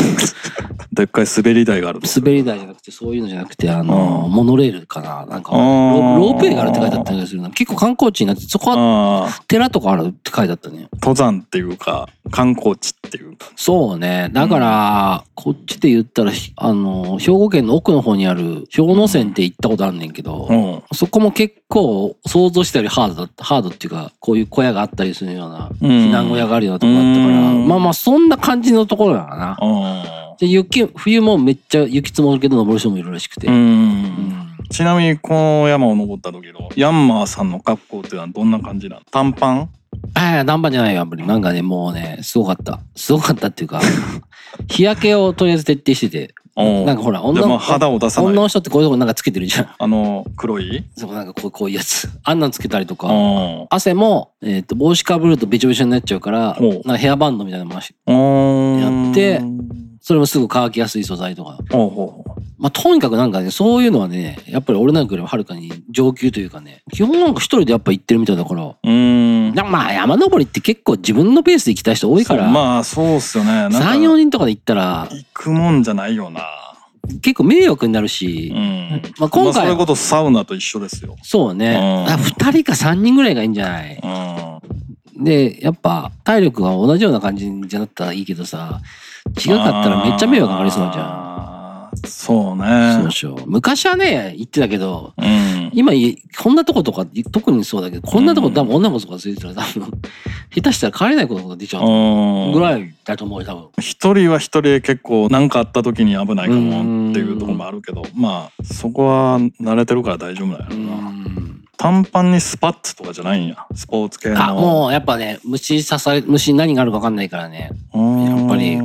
[SPEAKER 2] でっかい滑り台があると
[SPEAKER 1] 滑り台じゃなくて、そういうのじゃなくて、あの、
[SPEAKER 2] うん
[SPEAKER 1] モノレールかな。なんか、
[SPEAKER 2] あー
[SPEAKER 1] ロロープウェイがあるって書いてあった気がするな。結構観光地になって、そこは
[SPEAKER 2] ああ
[SPEAKER 1] 寺とかあるって書いてあったね。
[SPEAKER 2] 登山っていうか観光地っていうか
[SPEAKER 1] そうね。だから、こっちで言ったら、ひあの、兵庫県の奥の方にある、兵庫線って行ったことあんねんけど、
[SPEAKER 2] うん
[SPEAKER 1] そこも結構想像したよりハードだった。ハードっていうか、こういう小屋があったりするような、
[SPEAKER 2] うん
[SPEAKER 1] 避難小屋があるようなとこだったから、
[SPEAKER 2] うん
[SPEAKER 1] まあまあそんな感じのところだな。
[SPEAKER 2] あ
[SPEAKER 1] で、雪、冬もめっちゃ雪積もるけど登る人もいるらしくて。
[SPEAKER 2] ーう
[SPEAKER 1] うんん
[SPEAKER 2] ちなみにこの山を登った時のヤンマーさんの格好っていうのはどんな感じなの短パン
[SPEAKER 1] ああ、ナンバじゃないよ、やっぱり。なんかね、もうね、すごかった。すごかったっていうか、 日焼けをとりあえず徹底してて、
[SPEAKER 2] うん
[SPEAKER 1] なんかほら、
[SPEAKER 2] じ
[SPEAKER 1] 女
[SPEAKER 2] ゃあま
[SPEAKER 1] の
[SPEAKER 2] あ肌を出さ
[SPEAKER 1] 女
[SPEAKER 2] ない
[SPEAKER 1] の人ってこういうとこなんかつけてるじゃん。
[SPEAKER 2] あの黒い
[SPEAKER 1] そうなんかこうこういうやつ。あんなんつけたりと
[SPEAKER 2] う
[SPEAKER 1] か。
[SPEAKER 2] ん
[SPEAKER 1] 汗も、えっ、と、帽子かぶるとべちょべちょになっちゃうから、
[SPEAKER 2] おう
[SPEAKER 1] なんかヘアバンドみたいなのもし
[SPEAKER 2] や
[SPEAKER 1] やってそれもすぐ乾きやすい素材とか。
[SPEAKER 2] ほうほうほ
[SPEAKER 1] まあ、とにかくなんかね、そういうのはね、やっぱり俺なんかよりもはるかに上級というかね、基本なんか一人でやっぱ行ってるみたいだから、
[SPEAKER 2] ううーん
[SPEAKER 1] なんかまあ山登りって結構自分のペースで行きたい人多いから、
[SPEAKER 2] そうまあそうっすよねなんか
[SPEAKER 1] 3、4人とかで行ったら、
[SPEAKER 2] 行くもんじゃないよな
[SPEAKER 1] 結構迷惑になるし、
[SPEAKER 2] うん。
[SPEAKER 1] まあ、
[SPEAKER 2] ま
[SPEAKER 1] 今
[SPEAKER 2] あ、そ
[SPEAKER 1] 回、
[SPEAKER 2] れこそサウナと一緒ですよ。
[SPEAKER 1] そうね、
[SPEAKER 2] うん
[SPEAKER 1] あ2人か3人ぐらいがいいんじゃない
[SPEAKER 2] うん。
[SPEAKER 1] で、やっぱ体力が同じような感じじゃなったらいいけどさ、違かったらめっちゃ迷惑かかりそうじゃ
[SPEAKER 2] ゃん。そう
[SPEAKER 1] ん。そう
[SPEAKER 2] ね。
[SPEAKER 1] しよう。昔はね、言ってたけど、
[SPEAKER 2] うん。
[SPEAKER 1] 今い、こんなとことか、特にそうだけど、こんなとこ多分女もとかついてたら多分、 下手したら帰れないことが出ちゃう
[SPEAKER 2] うん
[SPEAKER 1] ぐらいだと思うよ、多分。
[SPEAKER 2] 一人は一人で結構何かあった時に危ないかもっていうところもあるけどまあそこは慣れてるから大丈夫だよ
[SPEAKER 1] う
[SPEAKER 2] な、
[SPEAKER 1] ん。
[SPEAKER 2] 短パンにスパッツとかじゃないんやスポーツ系の
[SPEAKER 1] あ、もうやっぱね、虫刺され、虫に何があるか分かんないからね、
[SPEAKER 2] うん
[SPEAKER 1] やっぱり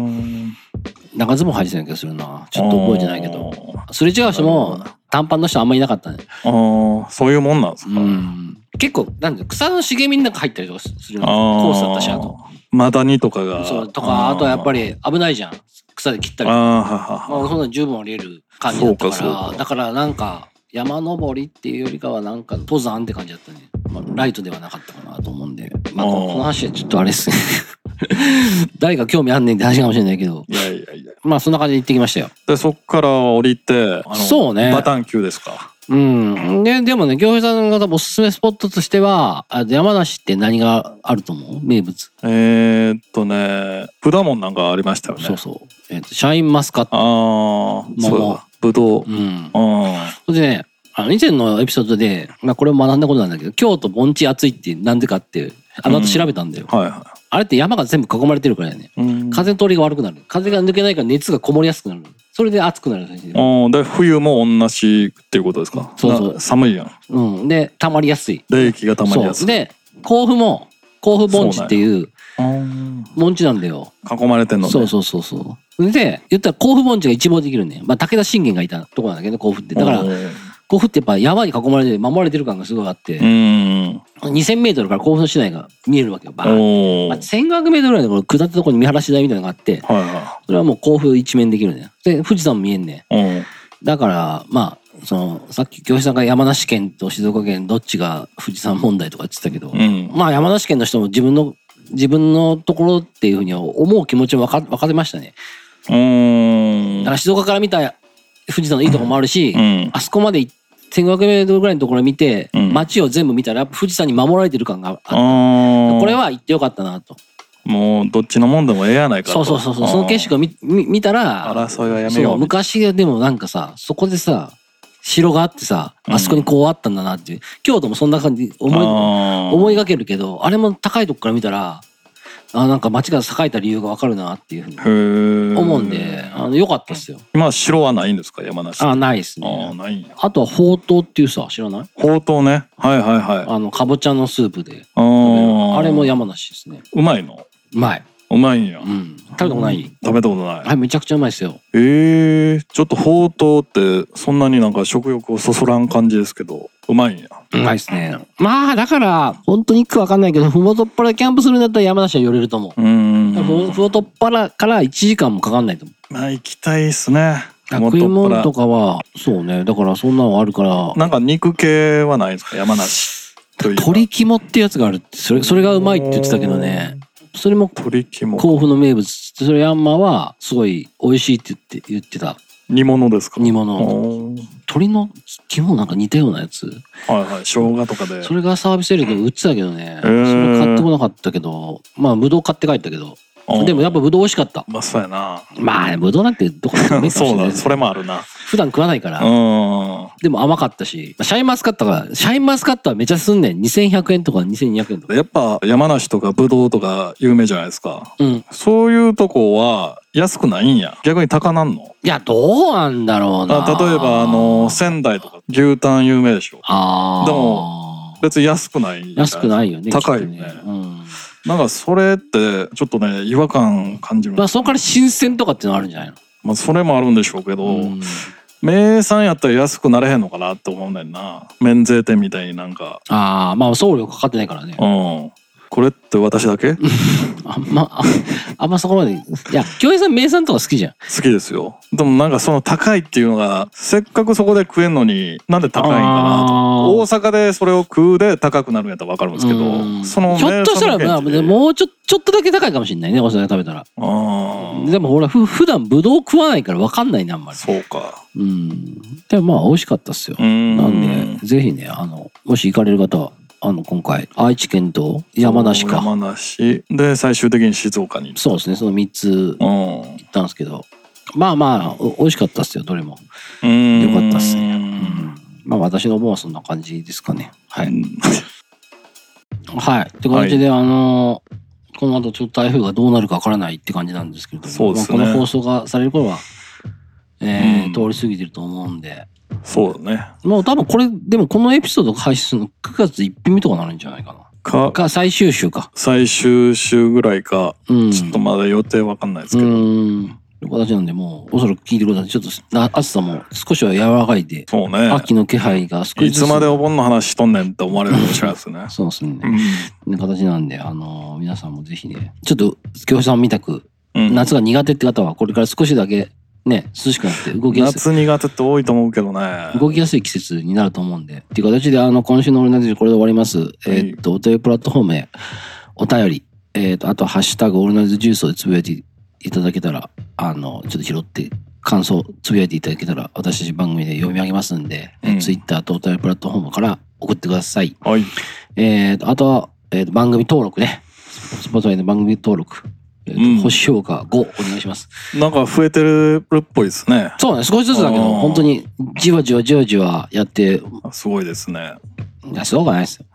[SPEAKER 1] 長ズボン履いてたような気がするな。ちょっと覚えてないけど。すれ違う人も
[SPEAKER 2] なるほど、
[SPEAKER 1] 短パンの人あんまりいなかったね。
[SPEAKER 2] あーそういうもんなんです
[SPEAKER 1] う
[SPEAKER 2] か、
[SPEAKER 1] ん。結構、なんだ草の茂みの中入ったりとかするの。
[SPEAKER 2] あ
[SPEAKER 1] コースだ
[SPEAKER 2] ー
[SPEAKER 1] ったし、あと。
[SPEAKER 2] マダニとかが
[SPEAKER 1] そう、とか、あとはやっぱり危ないじゃん。草で切った
[SPEAKER 2] あー
[SPEAKER 1] りとか。
[SPEAKER 2] はは
[SPEAKER 1] まあ、そんなの十分降りれる感じだったか
[SPEAKER 2] そうかそう
[SPEAKER 1] ら、
[SPEAKER 2] か
[SPEAKER 1] だからなんか、山登りっていうよりかはなんか登山って感じだったね。まあ、ライトではなかったかなと思うんで。まあ、
[SPEAKER 2] あー
[SPEAKER 1] この話はちょっとあれっすね。 誰が興味あんねんって話かもしれないけど。
[SPEAKER 2] いやいやいや
[SPEAKER 1] まあ、そんな感じで行ってきましたよ。
[SPEAKER 2] でそっから降りてあの
[SPEAKER 1] そうね
[SPEAKER 2] バタン級ですか
[SPEAKER 1] うん。で、でもね、京平さんが多分おすすめスポットとしては、あ山梨って何があると思う名物。
[SPEAKER 2] えー、っとね果物なんかありましたよね
[SPEAKER 1] そうそう。えっ、と、シャインマスカット。
[SPEAKER 2] ああ、そうだ。ぶどう
[SPEAKER 1] う。ん。
[SPEAKER 2] うん。
[SPEAKER 1] それでね、あの以前のエピソードで、まあ、これも学んだことなんだけど、京都盆地暑いってなんでかって、あの後調べたんだよ。
[SPEAKER 2] はいは
[SPEAKER 1] あれって山が全部囲まれてるからね。
[SPEAKER 2] い。うん
[SPEAKER 1] 風の通りが悪くなる。風が抜けないから熱がこもりやすくなる。それで暑くなるらしい。
[SPEAKER 2] うんで、冬も同じっていうことですか。
[SPEAKER 1] そうそう
[SPEAKER 2] な寒いやん。
[SPEAKER 1] うん。で、溜まりやすい。
[SPEAKER 2] 冷気が溜まりやす
[SPEAKER 1] そう。
[SPEAKER 2] い。
[SPEAKER 1] で、甲府も、甲府盆地っていう
[SPEAKER 2] うん
[SPEAKER 1] 盆地なんだよ。
[SPEAKER 2] 囲まれてんのね。
[SPEAKER 1] そうそうそうそう。で、言ったら甲府盆地が一望できるね。まあ、武田信玄がいたとこなんだけど、甲府って。だから
[SPEAKER 2] うん、
[SPEAKER 1] 甲府ってやっぱ山に囲まれて、守られてる感がすごいあって、
[SPEAKER 2] うん。
[SPEAKER 1] 2000メートルから甲府の市内が見えるわけよ、バーン
[SPEAKER 2] おお。
[SPEAKER 1] まあ、
[SPEAKER 2] はい
[SPEAKER 1] 1500メートルぐらいのところ下ったところに見晴らし台みたいなのがあって、
[SPEAKER 2] は
[SPEAKER 1] それはもう甲府一面できるね。で、富士山も見えんね。
[SPEAKER 2] い。うん。
[SPEAKER 1] だから、まあ、その、さっき教師さんが山梨県と静岡県どっちが富士山問題とか言ってたけど、
[SPEAKER 2] うん。
[SPEAKER 1] まあ山梨県の人も自分の、自分のところっていうふうに思う気持ちも分か、分かれましたね。
[SPEAKER 2] う
[SPEAKER 1] だ
[SPEAKER 2] ん
[SPEAKER 1] から静岡から見た富士山のいいとこもあるし、
[SPEAKER 2] うん。
[SPEAKER 1] あそこまで1500メートルぐらいのところを見て、
[SPEAKER 2] うん
[SPEAKER 1] 街を全部見たらやっぱ富士山に守られてる感があっ
[SPEAKER 2] あ
[SPEAKER 1] た。
[SPEAKER 2] あ。
[SPEAKER 1] これ。は行ってよかったなと。
[SPEAKER 2] もう、どっちのもんでもええやないか
[SPEAKER 1] そ
[SPEAKER 2] と。
[SPEAKER 1] うそうそうそう、その景色を
[SPEAKER 2] が。
[SPEAKER 1] 見見見たら、
[SPEAKER 2] 争いはやめ
[SPEAKER 1] そ
[SPEAKER 2] よ
[SPEAKER 1] う
[SPEAKER 2] うみたい
[SPEAKER 1] 昔はでもなんかさそこでさ城があってさあそこにこうあったんだなっていう、京都もそんな感じ
[SPEAKER 2] な。
[SPEAKER 1] 思い
[SPEAKER 2] あー
[SPEAKER 1] 思いがけるけどあれも高いとこから見たらあなんか街が栄えた理由がわかるなっていうふうに
[SPEAKER 2] へえ。
[SPEAKER 1] 思うんであのよかったっすよ
[SPEAKER 2] 今、城はないんですか、山梨。
[SPEAKER 1] あないっす
[SPEAKER 2] あー、
[SPEAKER 1] ね
[SPEAKER 2] ないんや。
[SPEAKER 1] あとはほうとうっていうさ知らない
[SPEAKER 2] ほうとうね。はいはいはい。
[SPEAKER 1] あのかぼちゃのスープで
[SPEAKER 2] あー
[SPEAKER 1] あれも山梨ですね
[SPEAKER 2] うまいの
[SPEAKER 1] うまいう
[SPEAKER 2] まいんや。
[SPEAKER 1] うん食べたことない、
[SPEAKER 2] 食べたことない。
[SPEAKER 1] はいめちゃくちゃうまいっすよ
[SPEAKER 2] えー、ちょっとほうとうってそんなになんか食欲をそそらん感じですけど、うまいんや。
[SPEAKER 1] うまいっすねまあだから本当に行くかわかんないけどふもとっぱらキャンプするんだったら山梨は寄れると思う
[SPEAKER 2] うーん。
[SPEAKER 1] 多分ふもとっぱらから1時間もかかんないと思う。
[SPEAKER 2] まあ行きたいっすね。
[SPEAKER 1] 食い
[SPEAKER 2] もっと
[SPEAKER 1] 物
[SPEAKER 2] っぱ
[SPEAKER 1] とかは、そうね。だからそんなのあるから
[SPEAKER 2] ら、なんか肉系はないですか山梨。といえば
[SPEAKER 1] 鳥肝ってやつがあるって、それ、それがうまいって言ってたけどね。。それも
[SPEAKER 2] 鳥肝。
[SPEAKER 1] 甲府の名物って、それヤンマはすごい美味しいって言って、言ってた。
[SPEAKER 2] 煮物ですか
[SPEAKER 1] 煮物。
[SPEAKER 2] おー
[SPEAKER 1] 鳥の肝なんか似たようなやつ。
[SPEAKER 2] はいはい。生姜とかで。
[SPEAKER 1] それがサービスエリアで売ってたけどね。
[SPEAKER 2] へ
[SPEAKER 1] そ
[SPEAKER 2] ー
[SPEAKER 1] れ買ってこなかったけど、まあ、ぶどう買って帰ったけど。
[SPEAKER 2] うん
[SPEAKER 1] でもやっぱぶどう美味しかった。
[SPEAKER 2] うまそうやな。
[SPEAKER 1] まあ、ぶどうなんてどこでもうめえかもしれ
[SPEAKER 2] そう
[SPEAKER 1] ない
[SPEAKER 2] だ、それもあるな。
[SPEAKER 1] 普段食わないから
[SPEAKER 2] う。ん。
[SPEAKER 1] でも甘かったし、シャインマスカットが、シャインマスカットはめちゃすんねん。2100円とか2200円とか。
[SPEAKER 2] やっぱ山梨とかブドウとか有名じゃないですか。
[SPEAKER 1] うん。い
[SPEAKER 2] そういうとこは安くないんや。逆に高なんの
[SPEAKER 1] や、どうなんだろうな。
[SPEAKER 2] あ例えばあの、仙台とか牛タン有名でしょ。
[SPEAKER 1] ああ。
[SPEAKER 2] でも、別に安くない。
[SPEAKER 1] 安くないよね。
[SPEAKER 2] 高いよ
[SPEAKER 1] きっと
[SPEAKER 2] ね
[SPEAKER 1] うん。
[SPEAKER 2] なんかそれってちょっとね、違和感感じる。
[SPEAKER 1] まあ、そこから新鮮とかっていうのはあるんじゃないの
[SPEAKER 2] まあそれもあるんでしょうけど、
[SPEAKER 1] うん
[SPEAKER 2] 名産やったら安くなれへんのかなって思うねんな。免税店みたいになんか。
[SPEAKER 1] ああ、まあ、送料かかってないからね
[SPEAKER 2] う。ん。これって私だけ好
[SPEAKER 1] あんま、ああんまそこまで。いや、京平さん名産とか好きじゃん。
[SPEAKER 2] きですよ。でもなんかその高いっていうのが、せっかくそこで食えんのに、なんで高いんかなと。
[SPEAKER 1] あー
[SPEAKER 2] 大阪でそれを食うで高くなるんやったらわかるんですけ
[SPEAKER 1] うん
[SPEAKER 2] ど、その
[SPEAKER 1] ひょっとしたら、
[SPEAKER 2] 名
[SPEAKER 1] まあ、
[SPEAKER 2] 産の現地で
[SPEAKER 1] もうちょ、ちょっとだけ高いかもしれないね、お酒食べたら。
[SPEAKER 2] あー
[SPEAKER 1] でもほら、ふ普段ブドウ食わないから分かんないね、あんまり。
[SPEAKER 2] そうか。
[SPEAKER 1] うん。でもまあ、美味しかったっすよ
[SPEAKER 2] う。ん。
[SPEAKER 1] なんで、ぜひね、あの、もし行かれる方は、あの、今回、愛知県と山梨か。
[SPEAKER 2] 山梨。で、最終的に静岡に。
[SPEAKER 1] そうですね、その3つ行
[SPEAKER 2] うん。
[SPEAKER 1] ったんですけど。まあまあ、お美味しかったっすよ、どれも。
[SPEAKER 2] うん
[SPEAKER 1] よかったっすねうん。まあ、私の思うはそんな感じですかね。はい。はい。って感じで、あのーこの後ちょっと台風がどうなるかわからないって感じなんですけれども、
[SPEAKER 2] そうですね
[SPEAKER 1] まあこの放送がされる頃は、えー
[SPEAKER 2] うん
[SPEAKER 1] 通り過ぎてると思うんで、
[SPEAKER 2] そうだね。
[SPEAKER 1] もう多分これ、でもこのエピソードが配信するの9月1日目とかなるんじゃないかな。
[SPEAKER 2] か、
[SPEAKER 1] か、最終週か。
[SPEAKER 2] 最終週ぐらいか、
[SPEAKER 1] うん。
[SPEAKER 2] ちょっとまだ予定わかんないです
[SPEAKER 1] う
[SPEAKER 2] けど。
[SPEAKER 1] ーん。という形なんで、もう、おそらく聞いてください。ちょっとな、暑さも少しは和らがいで、
[SPEAKER 2] そうね。
[SPEAKER 1] 秋の気配が少し
[SPEAKER 2] い
[SPEAKER 1] ずつ。。
[SPEAKER 2] つまでお盆の話しとんねんって思われるかもしれないですね
[SPEAKER 1] そうですね。
[SPEAKER 2] う
[SPEAKER 1] ね形なんで、あのー皆さんもぜひね、ちょっと、教師さんみたく、
[SPEAKER 2] んうん
[SPEAKER 1] 夏が苦手って方は、これから少しだけ、ね、涼しくなって動きやす
[SPEAKER 2] 夏苦手って多いと思うけどね
[SPEAKER 1] い、。動きやすい季節になると思うんで。っていう形で、あの、今週のオールナイトニッポンこれで終わります。えーっと、お便りプラットフォームへ、お便り、えーっと、あと、ハッシュタグオールナイトジュースをつぶやいていただけたら、あの、ちょっと拾って、感想、つぶやいていただけたら、私たち番組で読み上げますんで、え
[SPEAKER 2] うん
[SPEAKER 1] ツイッター Twitter とお便りプラットフォームから送ってください。
[SPEAKER 2] はい。
[SPEAKER 1] えーと、あとは、えーと、番組登録ね。スポーツワイで番組登録。えーと
[SPEAKER 2] うん
[SPEAKER 1] 星評価5お願いします。
[SPEAKER 2] なんか増えてるっぽいですね。
[SPEAKER 1] そうね、少しずつだけど、
[SPEAKER 2] あー
[SPEAKER 1] 本当にじわじわじわじわやって、い
[SPEAKER 2] すごいですね。
[SPEAKER 1] や、そうがない ですよ。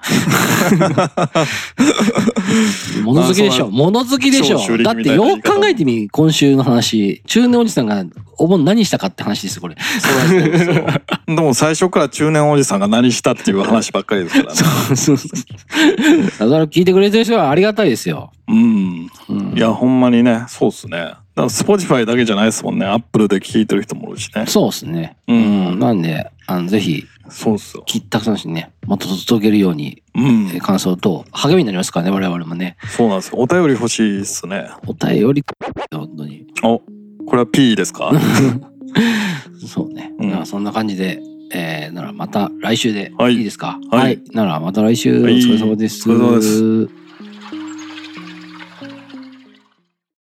[SPEAKER 1] 物好きでしょ。
[SPEAKER 2] あそう
[SPEAKER 1] 物好きでしょ
[SPEAKER 2] 超。修理
[SPEAKER 1] だっ
[SPEAKER 2] みた
[SPEAKER 1] て
[SPEAKER 2] いな
[SPEAKER 1] よ
[SPEAKER 2] 言い
[SPEAKER 1] く
[SPEAKER 2] 方
[SPEAKER 1] 考えてみ、今週の話。中年おじさんがお盆何したかって話ですよ、これ。
[SPEAKER 2] そうなんですよでも最初から中年おじさんが何したっていう話ばっかりですからね。
[SPEAKER 1] そうそう そうだから聞いてくれてる人はありがたいですよ。
[SPEAKER 2] うん。
[SPEAKER 1] うん
[SPEAKER 2] いや、ほんまにね、そうっすね。だから Spotify だけじゃないですもんね。Apple で聞いてる人もおるしね。
[SPEAKER 1] そうですね。
[SPEAKER 2] う
[SPEAKER 1] うんん。なんで、あの、ぜひ、
[SPEAKER 2] そうっすよ。
[SPEAKER 1] きたくさんしね、もっと届けるように
[SPEAKER 2] うん
[SPEAKER 1] えー。感想と励みになりますからね、我々もね。
[SPEAKER 2] そうなんですよ。お便り欲しいっすね。
[SPEAKER 1] お便り、本当に。
[SPEAKER 2] お、これは P ですか
[SPEAKER 1] そうね。
[SPEAKER 2] うん
[SPEAKER 1] まあそんな感じで、えー、ならまた来週で、
[SPEAKER 2] はい
[SPEAKER 1] いいですか
[SPEAKER 2] はい
[SPEAKER 1] ならまた来週、
[SPEAKER 2] はい
[SPEAKER 1] お疲れ様です。
[SPEAKER 2] お疲れ様です